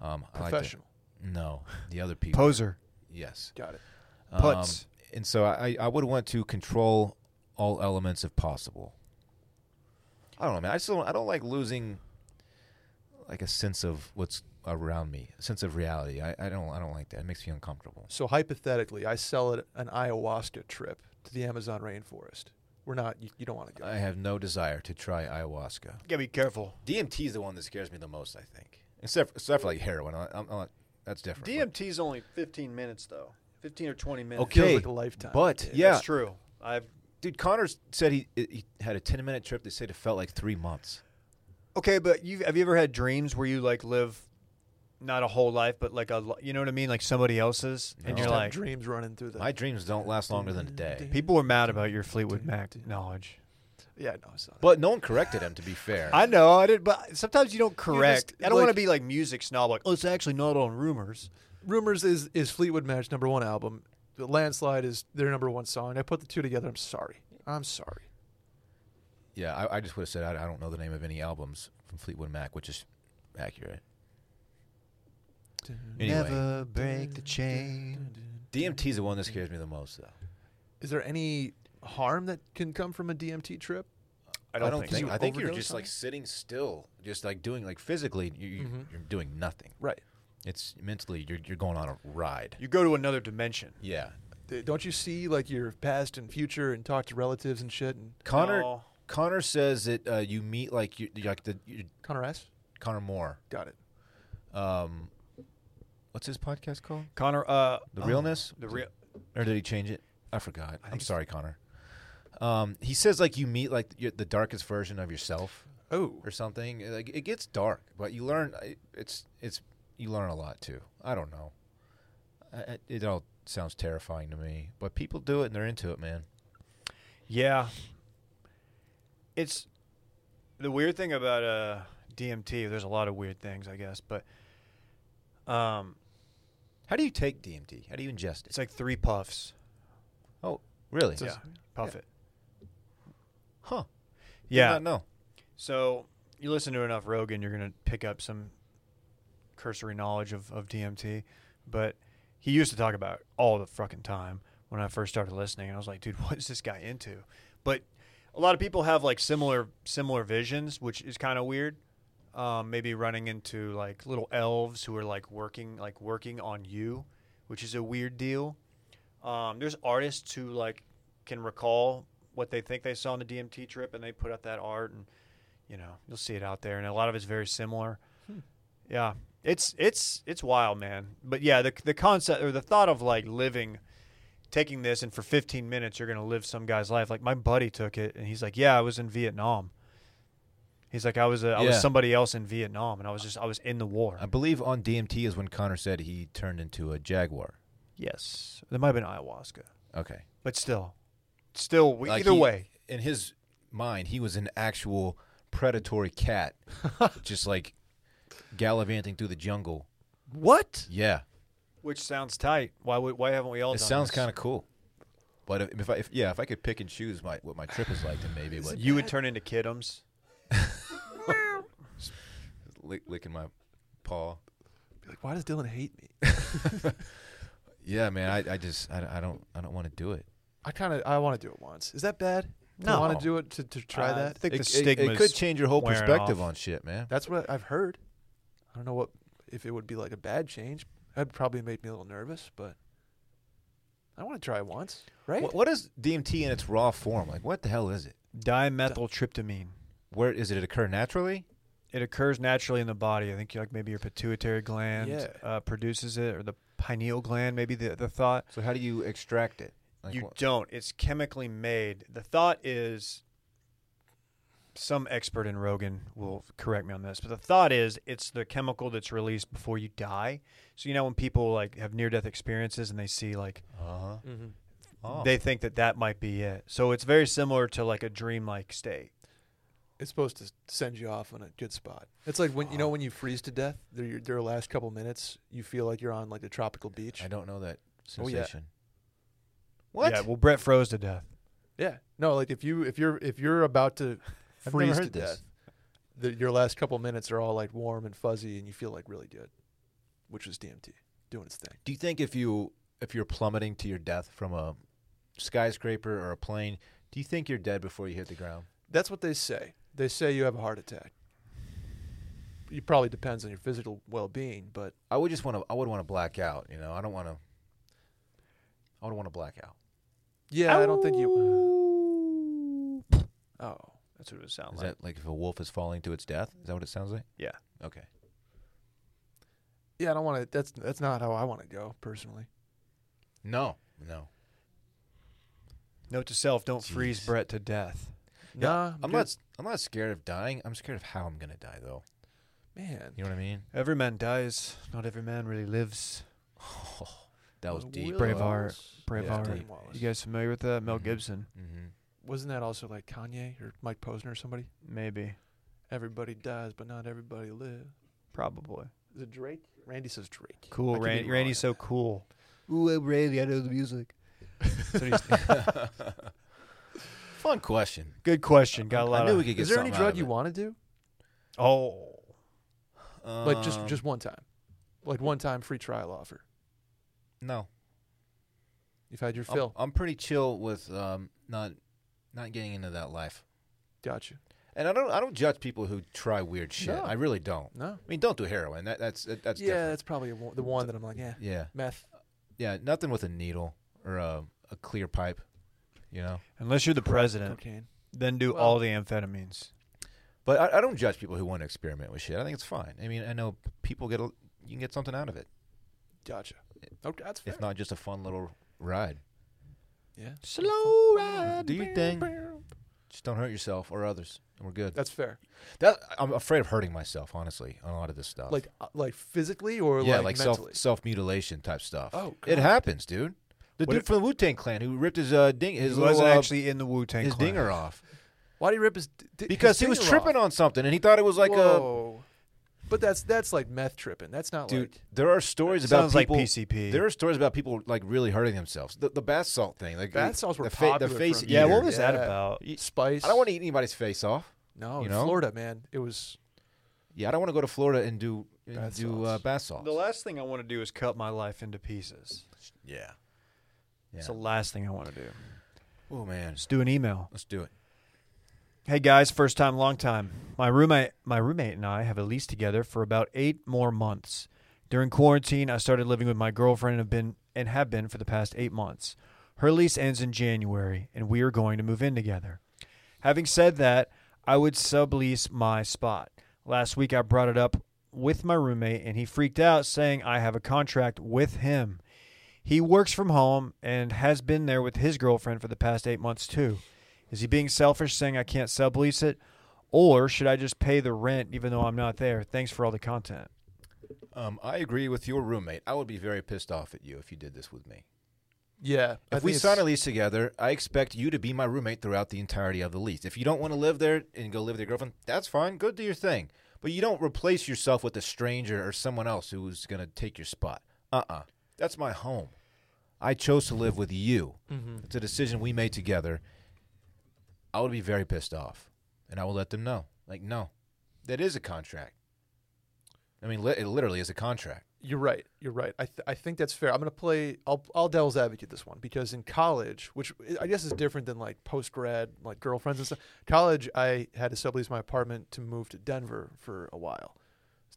S1: um I like to-
S2: Professional,
S1: no, the other people.
S3: Poser.
S1: yes.
S2: got it.
S1: Um,
S3: Putz.
S1: and so I I would want to control all elements if possible. I don't know, man. I just don't, I don't like losing like a sense of what's around me, a sense of reality. I, I don't I don't like that. It makes me uncomfortable.
S2: So hypothetically, I sell it an ayahuasca trip to the Amazon rainforest. We're not. You, you don't want to go.
S1: I have no desire to try ayahuasca.
S3: Gotta be careful.
S1: DMT is the one that scares me the most, I think. Except except for like heroin. I, I'm, I'm, that's different.
S3: DMT's only 15 minutes though. 15 or 20 minutes.
S1: Okay.
S2: Feels like a lifetime.
S1: But
S2: Yeah,
S1: yeah,
S3: That's true. I've
S1: dude, Connors said he he had a 10 minute trip. They said it felt like three months.
S3: Okay, but you have you ever had dreams where you like live not a whole life, but like a li- you know what I mean, like somebody else's,
S1: No.
S3: and you're
S2: Just have
S3: like
S2: dreams running through the.
S1: My dreams don't last longer than a day.
S3: people were mad about your Fleetwood Mac knowledge.
S2: yeah, no, it's not.
S1: But no one corrected him, to be fair.
S3: I know I did, but sometimes you don't correct.
S2: just,
S3: I don't want
S2: like-
S3: to be like music snob, like oh, it's actually not on rumors.
S2: Rumors is is Fleetwood Mac's number one album. The Landslide is their number one song. I put the two together. I'm sorry. I'm sorry.
S1: yeah, I, I just would have said I, I don't know the name of any albums from Fleetwood Mac, which is accurate. Anyway,
S3: Never break the chain.
S1: DMT's the one that scares me the most, though.
S2: Is there any harm that can come from a DMT trip?
S1: I
S3: don't
S1: don't
S3: think
S1: think.
S2: so.
S1: I think you're
S2: Overdose
S1: just
S2: on
S1: like
S2: it?
S1: sitting still, just like doing like physically, you, you,
S2: Mhm.
S1: you're doing nothing.
S2: Right.
S1: It's mentally you're you're going on a ride.
S3: You go to another dimension.
S1: Yeah,
S2: D- Don't you see like your past and future and talk to relatives and shit? And
S1: Connor.
S3: No.
S1: Connor says that uh, you meet like you like the you,
S2: Connor S.
S1: Connor Moore.
S2: Got it.
S1: Um, what's his podcast called?
S3: Connor, uh,
S1: The
S3: oh,
S1: realness.
S3: the real.
S1: or did he change it? I forgot. I'm
S3: it's-
S1: sorry, Connor. Um, he says like you meet like your, the darkest version of yourself
S2: Oh,
S1: or something. Like it gets dark, but you learn. I- It's it's you learn a lot too. I don't know. I, I- it all sounds terrifying to me, but people do it and they're into it, man.
S3: Yeah. It's the weird thing about uh, DMT. There's a lot of weird things, I guess, but um,
S1: How do you take DMT? How do you ingest it?
S3: it's like three puffs.
S1: Oh, really?
S3: yeah, puff it.
S1: Huh. Did
S3: Yeah.
S1: not know.
S3: So you listen to enough Rogan, you're gonna pick up some cursory knowledge of, of DMT. But he used to talk about it all the fucking time when I first started listening, and I was like, dude, what is this guy into? But a lot of people have like similar similar visions, which is kind of weird. Um, maybe running into like little elves who are like working like working on you, which is a weird deal. Um, there's artists who like can recall what they think they saw on the DMT trip, and they put out that art, and you know you'll see it out there, and a lot of it's very similar. Yeah, it's it's it's wild, man. But yeah, the the concept or the thought of like living, taking this, and for 15 minutes you're gonna live some guy's life. Like my buddy took it, and he's like, "Yeah, I was in Vietnam." He's like, "I was a, I
S1: Yeah.
S3: was somebody else in Vietnam, and I was just I was in the war."
S1: I believe on DMT is when Connor said he turned into a jaguar.
S3: yes, there might have been ayahuasca,
S1: Okay.
S3: but still, still we,
S1: Like
S3: either
S1: he-
S3: way.
S1: in his mind, he was an actual predatory cat, just like gallivanting through the jungle.
S2: what?
S1: Yeah,
S3: Which sounds tight. Why would, why haven't we all?
S1: it sounds kind of cool. But if, if I, if, yeah, if I could pick and choose my what my trip is like, then maybe it would
S3: You would turn into Kiddums.
S1: lick, licking my paw.
S2: Like, why does Dylan hate me?
S1: Yeah, man, I, I just I, I don't I don't want to do it.
S2: I kind of I want to do it once. Is that bad?
S3: No.
S2: want to do it to, to try
S3: Uh,
S2: that.
S3: I think
S1: It,
S3: the
S1: it,
S3: stigma
S1: it could change your whole perspective on shit, man.
S2: That's what I've heard. I don't know what if it would be like a bad change. That'd probably make me a little nervous, but I want to try once, right?
S1: What, what is DMT in its raw form? Like, what the hell is it?
S3: dimethyltryptamine.
S1: Where is it? It occur naturally?
S3: It occurs naturally in the body. I think like maybe your pituitary gland
S2: Yeah.
S3: uh, produces it, or the pineal gland. Maybe the the thought
S1: So how do you extract it? Like,
S3: you
S1: what-
S3: don't. It's chemically made. The thought is some expert in Rogan will correct me on this, but the thought is it's the chemical that's released before you die. So you know when people like have near death experiences and they see like
S1: Uh-huh.
S2: Mm-hmm.
S1: Oh.
S3: they think that that might be it. So it's very similar to like a dream like state.
S2: It's supposed to send you off on a good spot. It's like when you
S3: Oh.
S2: know when you freeze to death. Their your- their last couple minutes, you feel like you're on like a tropical beach.
S1: I don't know that
S2: Oh, yeah.
S1: sensation. What?
S3: Yeah. Well, Brett froze to death.
S2: Yeah, no, like if you if you're if you're about to
S1: I've
S2: freeze
S1: never
S2: to
S1: heard this.
S2: death, the, your last couple minutes are all like warm and fuzzy, and you feel like really good, which was DMT doing its thing.
S1: Do you think if you if you're plummeting to your death from a skyscraper or a plane, do you think you're dead before you hit the ground?
S2: That's what they say. They say you have a heart attack. It probably depends on your physical well-being, but
S1: I would just want to. I would want to black out. You know, I don't want to. I would want to black out.
S2: yeah, I don't think
S1: uh,
S2: you. Oh,
S3: That's what it would sound
S1: Is
S3: like.
S1: that like if a wolf is falling to its death? Is that what it sounds like?
S3: Yeah.
S1: Okay.
S2: yeah, I don't want to. That's that's not how I want to go personally.
S1: No. No.
S3: Note to self: Don't freeze
S1: Jeez.
S3: Brett to death.
S1: Yeah,
S2: Nah,
S1: I'm
S2: good.
S1: not. I'm not scared of dying. I'm scared of how I'm gonna die, though.
S2: Man,
S1: You know what I mean?
S3: Every man dies. Not every man really lives.
S1: That was
S2: Will
S1: deep.
S3: Braveheart.
S2: Wallace.
S3: Braveheart.
S2: William Wallace.
S3: You guys familiar with that? Mel
S1: Mhm.
S3: Gibson,
S1: Mm-hmm.
S2: Wasn't that also like Kanye or Mike Posner or somebody?
S3: maybe,
S2: Everybody dies, but not everybody lives.
S3: probably.
S2: Is it Drake? Randy says Drake. I
S3: Cool,
S2: could be
S3: Randy.
S2: wrong
S3: Randy's
S2: on
S3: so cool. Ooh, I'm Randy. I know the music. That's what he's-
S1: Fun question.
S3: Good question. Got a
S1: I
S3: lot.
S1: knew
S3: of,
S1: we could
S2: that.
S1: get
S2: Is there any
S1: something out
S2: drug
S1: of
S2: you
S1: it.
S2: want to do?
S3: Oh,
S2: Like just
S1: Um,
S2: just one time, like one time free trial offer.
S1: no.
S2: You've had your
S1: I'm-
S2: fill.
S1: I'm, pretty chill with um, not not getting into that life.
S2: Gotcha.
S1: And I don't I don't judge people who try weird shit.
S2: No.
S1: I really don't.
S2: No.
S1: I mean, don't do heroin. That, that's that, that's
S2: yeah, that's probably a, one- the one that I'm like, yeah,
S1: different. Yeah,
S2: meth.
S1: yeah. Nothing with a needle or a, a clear pipe. You know.
S3: Um, unless you're the
S2: crack,
S3: president,
S2: Cocaine.
S3: then do
S2: Well-
S3: all the amphetamines.
S1: But I, I don't judge people who want to experiment with shit. I think it's fine. I mean, I know people get a, you can get something out of it,
S2: Gotcha. Okay, that's fair.
S1: if not just a fun little ride.
S2: yeah,
S3: Slow
S1: Do your thing. Just don't hurt yourself or others, and we're good.
S2: that's fair.
S1: That I'm afraid of hurting myself, honestly, on a lot of this stuff.
S2: Like uh, like physically or
S1: yeah, like,
S2: like, mentally.
S1: self self mutilation type stuff.
S2: Oh, God.
S1: it happens, dude. The
S3: What
S1: dude
S3: if-
S1: from the Wu Tang Clan who ripped his uh ding his
S3: He
S1: little
S3: wasn't
S1: uh,
S3: actually in the Wu Tang.
S1: his dinger off
S2: Why do you rip his? d- d-
S1: because
S2: his
S1: he was
S2: finger
S1: tripping
S2: off?
S1: on something and he thought it was like uh, a
S2: Whoa. But that's that's like meth tripping. That's not
S1: dude.
S2: like
S1: There are stories about
S3: Sounds like
S1: people-
S3: PCP.
S1: There are stories about people like really hurting themselves. The, the bath salt thing, like
S2: Bath salts were
S1: the, fa- the
S2: popular
S1: face.
S2: for a
S3: yeah,
S1: eater.
S3: what was that
S2: Yeah.
S3: about?
S2: spice.
S1: I don't want to eat anybody's face off.
S2: No,
S1: you
S2: in
S1: know?
S2: Florida, man, it was
S1: Yeah, I don't want to go to Florida and do and
S2: Bath
S1: do
S2: salts.
S1: uh, bath salts.
S3: The last thing I want to do is cut my life into pieces.
S1: yeah.
S3: It's
S1: Yeah.
S3: the last thing I want to do.
S1: Oh man,
S3: Let's do an email.
S1: let's do it.
S3: Hey guys, first time, long time. My roommate, my roommate and I have a lease together for about eight more months. During quarantine, I started living with my girlfriend and have been and have been for the past eight months. Her lease ends in January, and we are going to move in together. Having said that, I would sublease my spot. Last week, I brought it up with my roommate, and he freaked out, saying I have a contract with him. He works from home and has been there with his girlfriend for the past eight months, too. Is he being selfish saying I can't sublease it? Or should I just pay the rent even though I'm not there? Thanks for all the content.
S1: Um, I agree with your roommate. I would be very pissed off at you if you did this with me.
S2: yeah. I
S1: If we
S2: think it's-
S1: sign a lease together, I expect you to be my roommate throughout the entirety of the lease. If you don't want to live there and go live with your girlfriend, that's fine. Go do your thing. But you don't replace yourself with a stranger or someone else who's going to take your spot. Uh uh That's my home. I chose to live with you. It's a decision we made together. I would be very pissed off. And I will let them know. Like, no, that is a contract. I mean, li- it literally is a contract.
S2: You're right. You're right. I, th- I think that's fair. I'm gonna play. I'll I'll devil's advocate this one because in college, which I guess is different than like post grad, like girlfriends and stuff. College, I had to sublease my apartment to move to Denver for a while,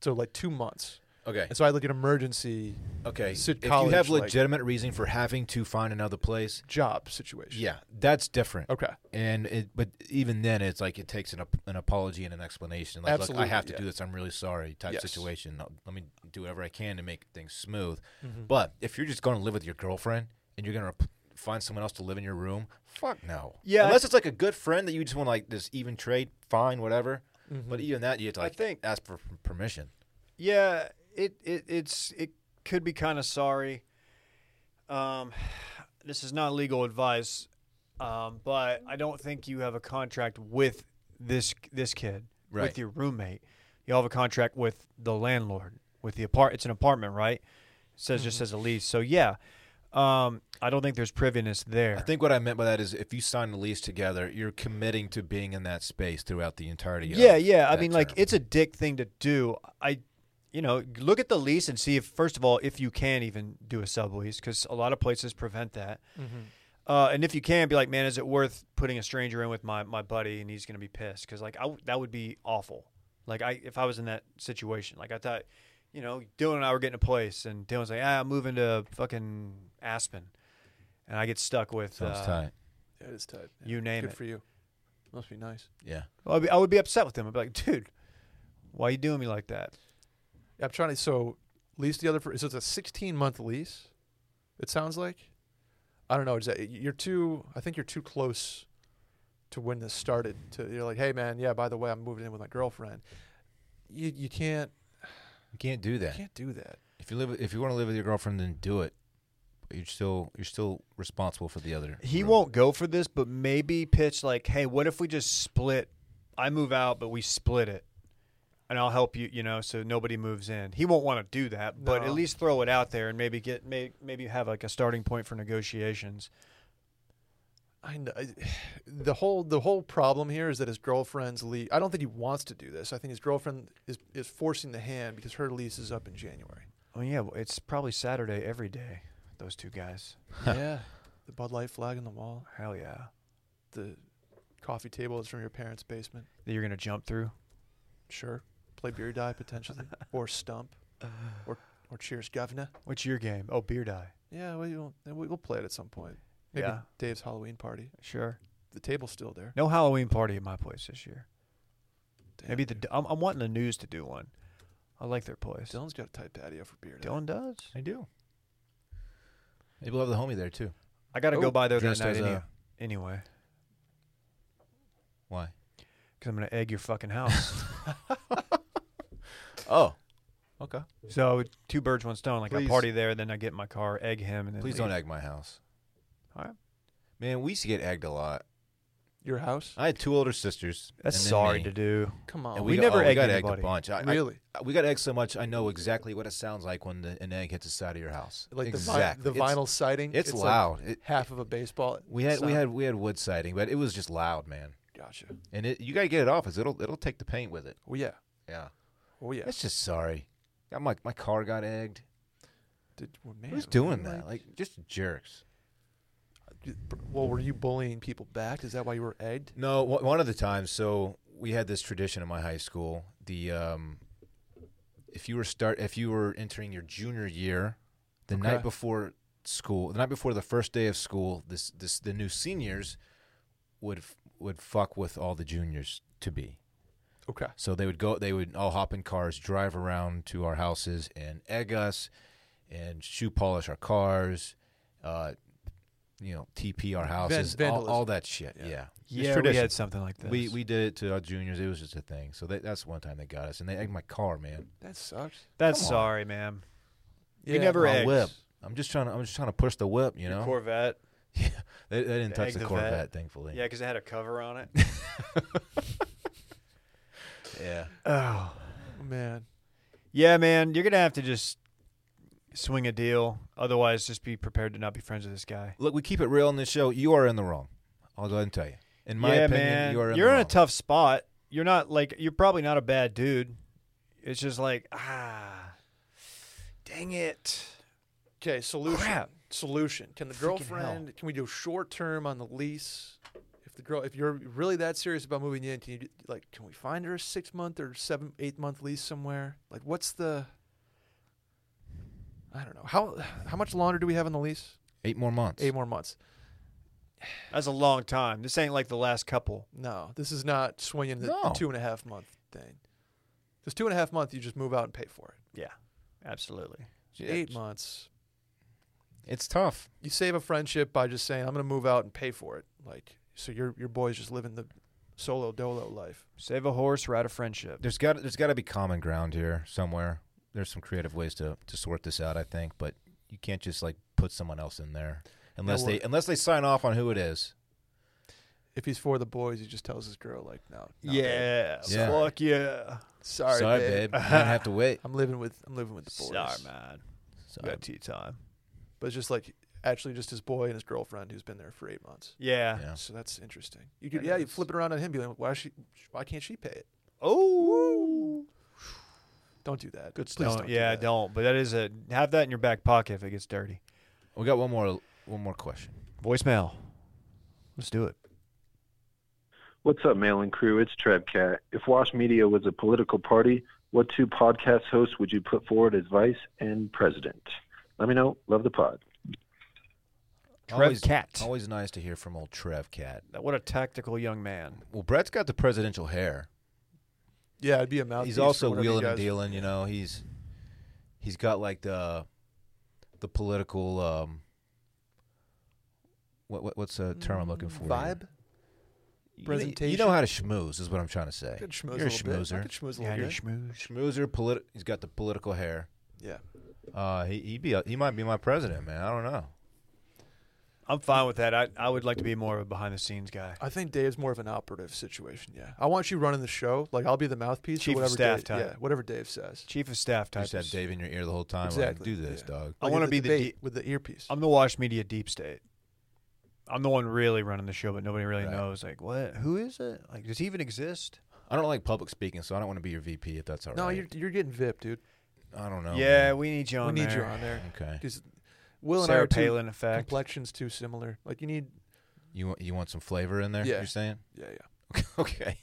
S2: so like two months.
S1: Okay.
S2: And so I had like an emergency
S1: Okay.
S2: Sit
S1: if
S2: college,
S1: you have
S2: like-
S1: legitimate reason for having to find another place,
S2: job situation.
S1: Yeah, that's different.
S2: Okay.
S1: And it, but even then, it's like it takes an ap- an apology and an explanation. Like, look,
S2: Absolutely,
S1: I have to
S2: yeah.
S1: do this. I'm really sorry. Type
S2: Yes.
S1: situation. I'll- let me do whatever I can to make things smooth. But if you're just going to live with your girlfriend and you're going to find someone else to live in your room, fuck no.
S3: Yeah, I-
S1: unless it's like a good friend that you just want to like this even trade, fine, whatever. But even that, you have to
S3: I
S1: like
S3: think-
S1: ask for p- permission.
S3: Yeah, it, it it's it could be kind of sorry. Um, this is not legal advice, um, but I don't think you have a contract with this this kid
S1: Right.
S3: with your roommate. You all have a contract with the landlord with the apart. It's an apartment, right? It says
S1: Mm-hmm.
S3: just says a lease. So yeah, um, I don't think there's priviness there.
S1: I think what I meant by that is if you sign a lease together, you're committing to being in that space throughout the entirety. of
S3: Yeah, yeah. I
S1: that
S3: mean, like
S1: term.
S3: it's a dick thing to do. I, you know, look at the lease and see if first of all if you can even do a sublease because a lot of places prevent that. Uh, and if you can, be like, man, is it worth putting a stranger in with my my buddy and he's gonna be pissed because like I w that would be awful. Like I if I was in that situation, like I thought, you know, Dylan and I were getting a place and Dylan's like, ah, I'm moving to fucking Aspen, and I get stuck with
S1: sounds
S3: uh,
S1: tight.
S2: Yeah, it is tight. Yeah.
S3: you name
S2: Good
S3: it.
S2: for you. Must be nice.
S1: Yeah.
S3: I'd be, I would be upset with him. I'd be like, dude, why you doing me like that?
S2: I'm trying to. So lease the other for. So it's a 16 month lease. It sounds like. I don't know. Is that you're too? I think you're too close to when this started. To you're like, hey man, yeah. By the way, I'm moving in with my girlfriend. You you can't
S1: You can't do
S2: you
S1: that.
S2: can't do that.
S1: If you live, if you want to live with your girlfriend, then do it. But you're still you're still responsible for the other.
S3: He
S1: room.
S3: won't go for this, but maybe pitch like, "Hey, what if we just split? I move out, but we split it, and I'll help you. You know, so nobody moves in. He won't want to do that, but at
S2: No.
S3: least throw it out there and maybe get may, maybe have like a starting point for negotiations.
S2: I know the whole the whole problem here is that his girlfriend's lease. I don't think he wants to do this. I think his girlfriend is is forcing the hand because her lease is up in January.
S3: Oh yeah, well, it's probably Saturday every day. Those two guys.
S2: yeah, the Bud Light flag on the wall,
S3: Hell yeah.
S2: the coffee table is from your parents' basement.
S3: That you're gonna jump through.
S2: Sure, play beer die potentially, or stump, or or cheers governor.
S3: What's your game? Oh, beer die.
S2: Yeah, we will we'll play it at some point. Maybe
S3: Yeah.
S2: Dave's Halloween party.
S3: Sure.
S2: The table's still there.
S3: No Halloween party at my place this year.
S2: Damn,
S3: Maybe the I'm, I'm wanting the news to do one. I like their place.
S2: Dylan's got a tight patio for beer. Dylan,
S3: Dylan does.
S1: I do. Maybe we'll have the homie there too.
S3: I got to go
S2: Oh,
S3: by there that
S1: dressed
S3: night
S1: as
S3: any-
S1: a-
S3: anyway
S1: Why?
S3: because I'm gonna egg your fucking house.
S1: Oh, okay.
S3: so two birds, one stone. Like I
S1: Please.
S3: party there, then I get in my car, egg him, and then
S1: Please
S3: leave.
S1: don't egg my house.
S3: All right.
S1: Man, we used to get egged a lot.
S2: your house?
S1: I had two older sisters.
S3: That's
S1: and then
S3: sorry
S1: me.
S3: to do.
S2: Come on,
S1: Uh, And we,
S3: We
S1: got,
S3: never
S1: oh, we
S3: egged
S1: got egged
S3: anybody.
S1: a bunch. I, I-
S2: really.
S1: I- we got egged so much. I know exactly what it sounds like when the, an egg hits the side of your house.
S2: like
S1: exactly.
S2: the, vi- the
S1: It's-
S2: vinyl siding.
S1: It's,
S2: like
S1: loud. It-
S2: half of a baseball.
S1: we had we
S2: sound.
S1: had we had wood siding, but it was just loud, man.
S2: Gotcha.
S1: And it, you gotta get it off, cause it'll it'll take the paint with it.
S2: Oh yeah.
S1: Yeah.
S2: Oh yeah.
S1: That's just sorry. Got my my car got egged.
S2: Did, well, man,
S1: Who's
S2: were
S1: doing
S2: you,
S1: that? Like just jerks.
S2: well, were you bullying people back? Is that why you were egged?
S1: No, w- one of the times. So we had this tradition in my high school. The um, if you were start if you were entering your junior year, the
S2: Okay.
S1: night before school, the night before the first day of school, this this the new seniors would f- would fuck with all the juniors to be.
S2: Okay.
S1: So they would go. They would all hop in cars, drive around to our houses, and egg us, and shoe polish our cars, uh, you know, TP our houses, all,
S2: vandalism.
S1: all that shit.
S2: Yeah.
S1: Yeah, yeah.
S3: Yeah, we had something like this.
S1: we, we did it to our juniors. It was just a thing. So they, that's one time they got us, and they egged my car, man.
S2: That sucks.
S3: That's
S1: come on.
S3: sorry, man.
S2: Yeah. oh,
S3: We never
S1: My
S3: eggs.
S1: whip. I'm just trying to. I'm just trying to push the whip. You know,
S3: Corvette.
S1: yeah. They, they didn't
S3: They
S1: touch
S3: egged
S1: the,
S3: the
S1: Corvette,
S3: vet.
S1: thankfully.
S3: Yeah, because it had a cover on it.
S1: yeah.
S3: oh.
S2: man.
S3: Yeah, man, you're gonna have to just swing a deal. Otherwise, just be prepared to not be friends with this guy.
S1: Look, we keep it real on this show. You are in the wrong. I'll go ahead and tell you. In my
S3: yeah,
S1: opinion,
S3: man.
S1: you are in
S3: you're
S1: the
S3: in
S1: wrong.
S3: a tough spot. You're not like you're probably not a bad dude. It's just like ah, dang it.
S2: Okay. Solution.
S3: Crap.
S2: Solution. Can the
S3: hell.
S2: girlfriend? Can we do short term on the lease? If the girl, if you're really that serious about moving in, can you do- like? Can we find her a six month or seven, eight month lease somewhere? Like, what's the? I don't know. How how much longer do we have on the lease?
S1: Eight more months.
S2: Eight more months.
S3: That's a long time. This ain't like the last couple.
S2: No, this is not swinging the, the
S1: No.
S2: two and a half month thing. Because two and a half month, you just move out and pay for it.
S3: Yeah, absolutely.
S1: Yeah,
S2: Eight
S1: it's-
S2: months,
S1: It's tough.
S2: you save a friendship by just saying, "I'm going to move out and pay for it." Like, so your your boy's just living the solo dolo life.
S3: Save a horse, ride a friendship.
S1: There's got there's got to be common ground here somewhere. There's some creative ways to to sort this out, I think, but you can't just like put someone else in there unless they
S2: what-
S1: unless they sign off on who it is.
S2: If he's for the boys, he just tells his girl, "Like, no, no babe.
S3: yeah,
S1: Yeah.
S3: fuck yeah.
S2: sorry,
S1: Sorry,
S2: babe.
S1: babe. I have to wait.
S2: I'm living with I'm living with the boys."
S3: man.
S1: Sorry.
S3: tea time.
S2: But it's just like actually just his boy and his girlfriend who's been there for eight months.
S3: Yeah.
S1: Yeah.
S2: So that's interesting. You could,
S3: That
S2: yeah, you
S3: is.
S2: flip it around on him, be like, "Why is she? Why can't she pay it?
S3: Oh.
S2: Don't do that.
S3: Good
S2: Please
S3: stuff.
S2: don't do
S3: yeah,
S2: that.
S3: don't. But that is a have that in your back pocket if it gets dirty.
S1: We got one more one more question.
S3: Voicemail. Let's do it.
S5: What's up, mailing crew? It's Trebcat. If Wash Media was a political party, what two podcast hosts would you put forward as vice and president? Let me know. Love the pod.
S3: Trev
S1: always,
S3: Cat.
S1: Always nice to hear from old Trev Cat.
S3: What a tactical young man.
S1: Well, Brett's got the presidential hair.
S2: Yeah, it'd be a mouthpiece.
S1: he's
S2: for
S1: also
S2: whatever you
S1: wheeling and
S2: guys-
S1: dealing. You know, he's he's got like the the political um. What, what what's a term I'm looking for? here?
S2: Vibe. presentation.
S1: You know how to schmooze is what I'm trying to say.
S2: I could schmooze
S1: You're a
S2: a little bit. I
S1: schmoozer.
S2: could schmooze a
S3: Yeah,
S2: little
S3: you
S2: bit.
S3: schmooze.
S1: Schmoozer, politi- he's got the political hair.
S2: Yeah.
S1: Uh, he he be a, he might be my president, man. I don't know.
S3: I'm fine with that. I, I would like to be more of a behind the scenes guy.
S2: I think Dave's more of an operative situation. Yeah, I want you running the show. Like I'll be the mouthpiece.
S3: Chief
S2: or
S3: of
S2: whatever
S3: staff
S2: Dave,
S3: type.
S2: Yeah, whatever Dave says.
S3: Chief of staff
S1: You
S3: type.
S1: just have
S3: is-
S1: Dave in your ear the whole time.
S2: Exactly,
S1: Like, Do this,
S2: yeah.
S1: dog.
S3: I
S2: Like in
S3: wanna
S2: the
S3: be the
S2: debate
S3: D-
S2: with the earpiece.
S3: I'm the wash media deep state. I'm the one really running the show, but nobody really
S1: Right.
S3: knows. Like, what? Who is it? Like, does he even exist?
S1: I don't like public speaking, so I don't want to be your VP if that's all
S2: no,
S1: right.
S2: you're you're getting VIP, dude.
S1: I don't know. Oh,
S3: yeah,
S1: man.
S3: we need you
S2: we
S3: on
S2: need
S3: there.
S2: you on there.
S1: okay.
S2: 'Cause Will
S3: Sarah
S2: and I are
S3: Palin
S2: too,
S3: effect.
S2: complexions too similar. Like you need.
S1: You want you want some flavor in there?
S2: Yeah.
S1: You're saying?
S2: Yeah, yeah.
S1: okay.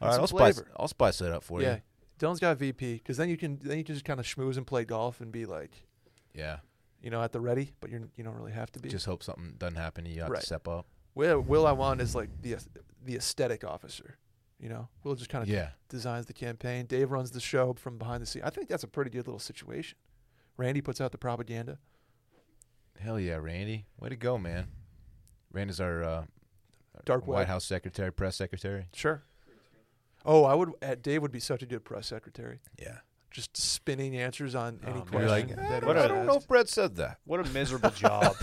S1: All right.
S2: some
S1: I'll spice
S2: flavor.
S1: I'll spice it up for
S2: yeah.
S1: you.
S2: Dylan's got VP because then you can then you can just kind of schmooze and play golf and be like
S1: Yeah.
S2: you know at the ready, but you're you don't really have to be.
S1: Just hope something doesn't happen. and You have
S2: Right.
S1: to step up.
S2: Will, Will I want is like the the aesthetic officer. You know, Will just kind of
S1: Yeah.
S2: designs the campaign. Dave runs the show from behind the scenes. I think that's a pretty good little situation. Randy puts out the propaganda.
S1: Hell yeah, Randy. Way to go, man. Randy's our uh,
S2: Dark
S1: White
S2: web.
S1: House secretary, press secretary.
S2: Sure. Oh, I would. Uh, Dave would be such a good press secretary.
S1: Yeah.
S2: Just spinning answers on any
S3: man.
S2: question.
S1: You're Oh, like,
S2: that
S1: "Eh,
S2: was
S1: I don't know
S2: asked."
S1: if Brett said that.
S3: What a miserable job.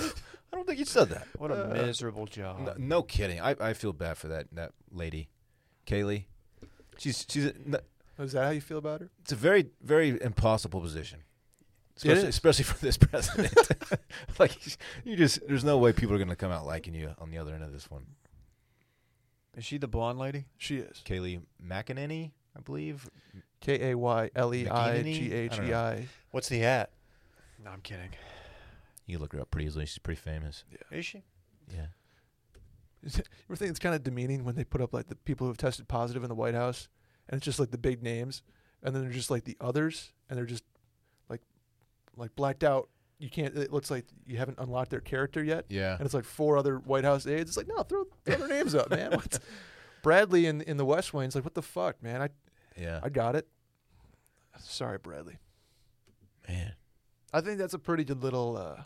S1: I don't think he said that.
S3: What a miserable job.
S1: No, no kidding. I, I feel bad for that that lady, Kaylee. She's she's a, n-
S2: Is that how you feel about her?
S1: it's a very very impossible position, especially,
S2: is.
S1: especially for this president. like you just there's no way people are gonna come out liking you on the other end of this one.
S3: Is she the blonde lady?
S2: She is.
S1: Kaylee McEnany, I believe.
S2: K A Y L E I G H E I.
S3: What's the hat? No, I'm kidding.
S1: You can look her up pretty easily. She's pretty famous.
S3: Is she?
S1: Yeah.
S2: You ever think it's kind of demeaning when they put up like the people who have tested positive in the White House, and it's just like the big names, and then they're just like the others, and they're just like like blacked out. You can't. It looks like you haven't unlocked their character yet,
S1: Yeah.
S2: and it's like four other White House aides. It's like no, throw, throw their names up, man. What? Bradley in in the West Wing's like, what the fuck, man? I
S1: Yeah.
S2: I got it. Sorry, Bradley.
S1: Man.
S2: I think that's a pretty good little uh,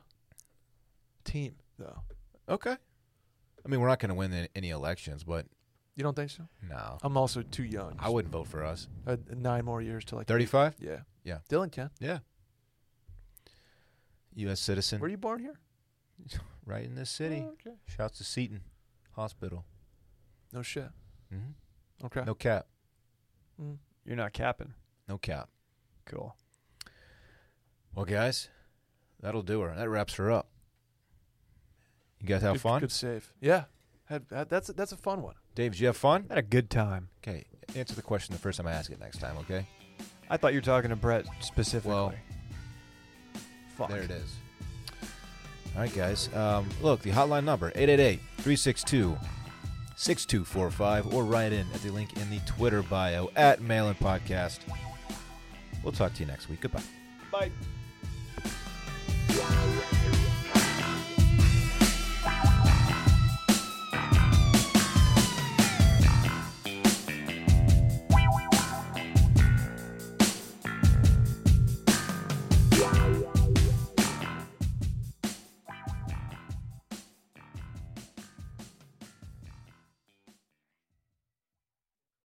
S2: team, though.
S1: Okay. I mean, we're not gonna win any- any elections, but
S2: You don't think so?
S1: no,
S2: I'm also too young.
S1: I wouldn't vote for us.
S2: Uh, nine more years till like
S1: Thirty-five.
S2: Yeah.
S1: Yeah.
S2: Dylan can.
S1: Yeah. U.S. citizen.
S2: Were you born here?
S1: right in this city.
S2: Oh, okay.
S1: Shouts to Seton Hospital.
S2: No shit.
S1: Mm-hmm.
S2: Okay.
S1: No cap.
S2: Mm.
S3: You're not capping.
S1: No cap.
S3: Cool.
S1: Well, guys, that'll do her. That wraps her up. You guys have
S2: good,
S1: fun?
S2: Good save. Yeah. Had, had- that's a, that's a fun one.
S1: Dave, did you have fun?
S3: Had a good time.
S1: Okay. Answer the question the first time I ask it next time, okay?
S3: I thought you were talking to Brett specifically.
S1: Well,
S3: Fuck.
S1: There it is. All right, guys. Um, look, the hotline number 888 362 6245 or write in at the link in the Twitter bio at Mailin Podcast. We'll talk to you next week. Goodbye.
S3: Bye.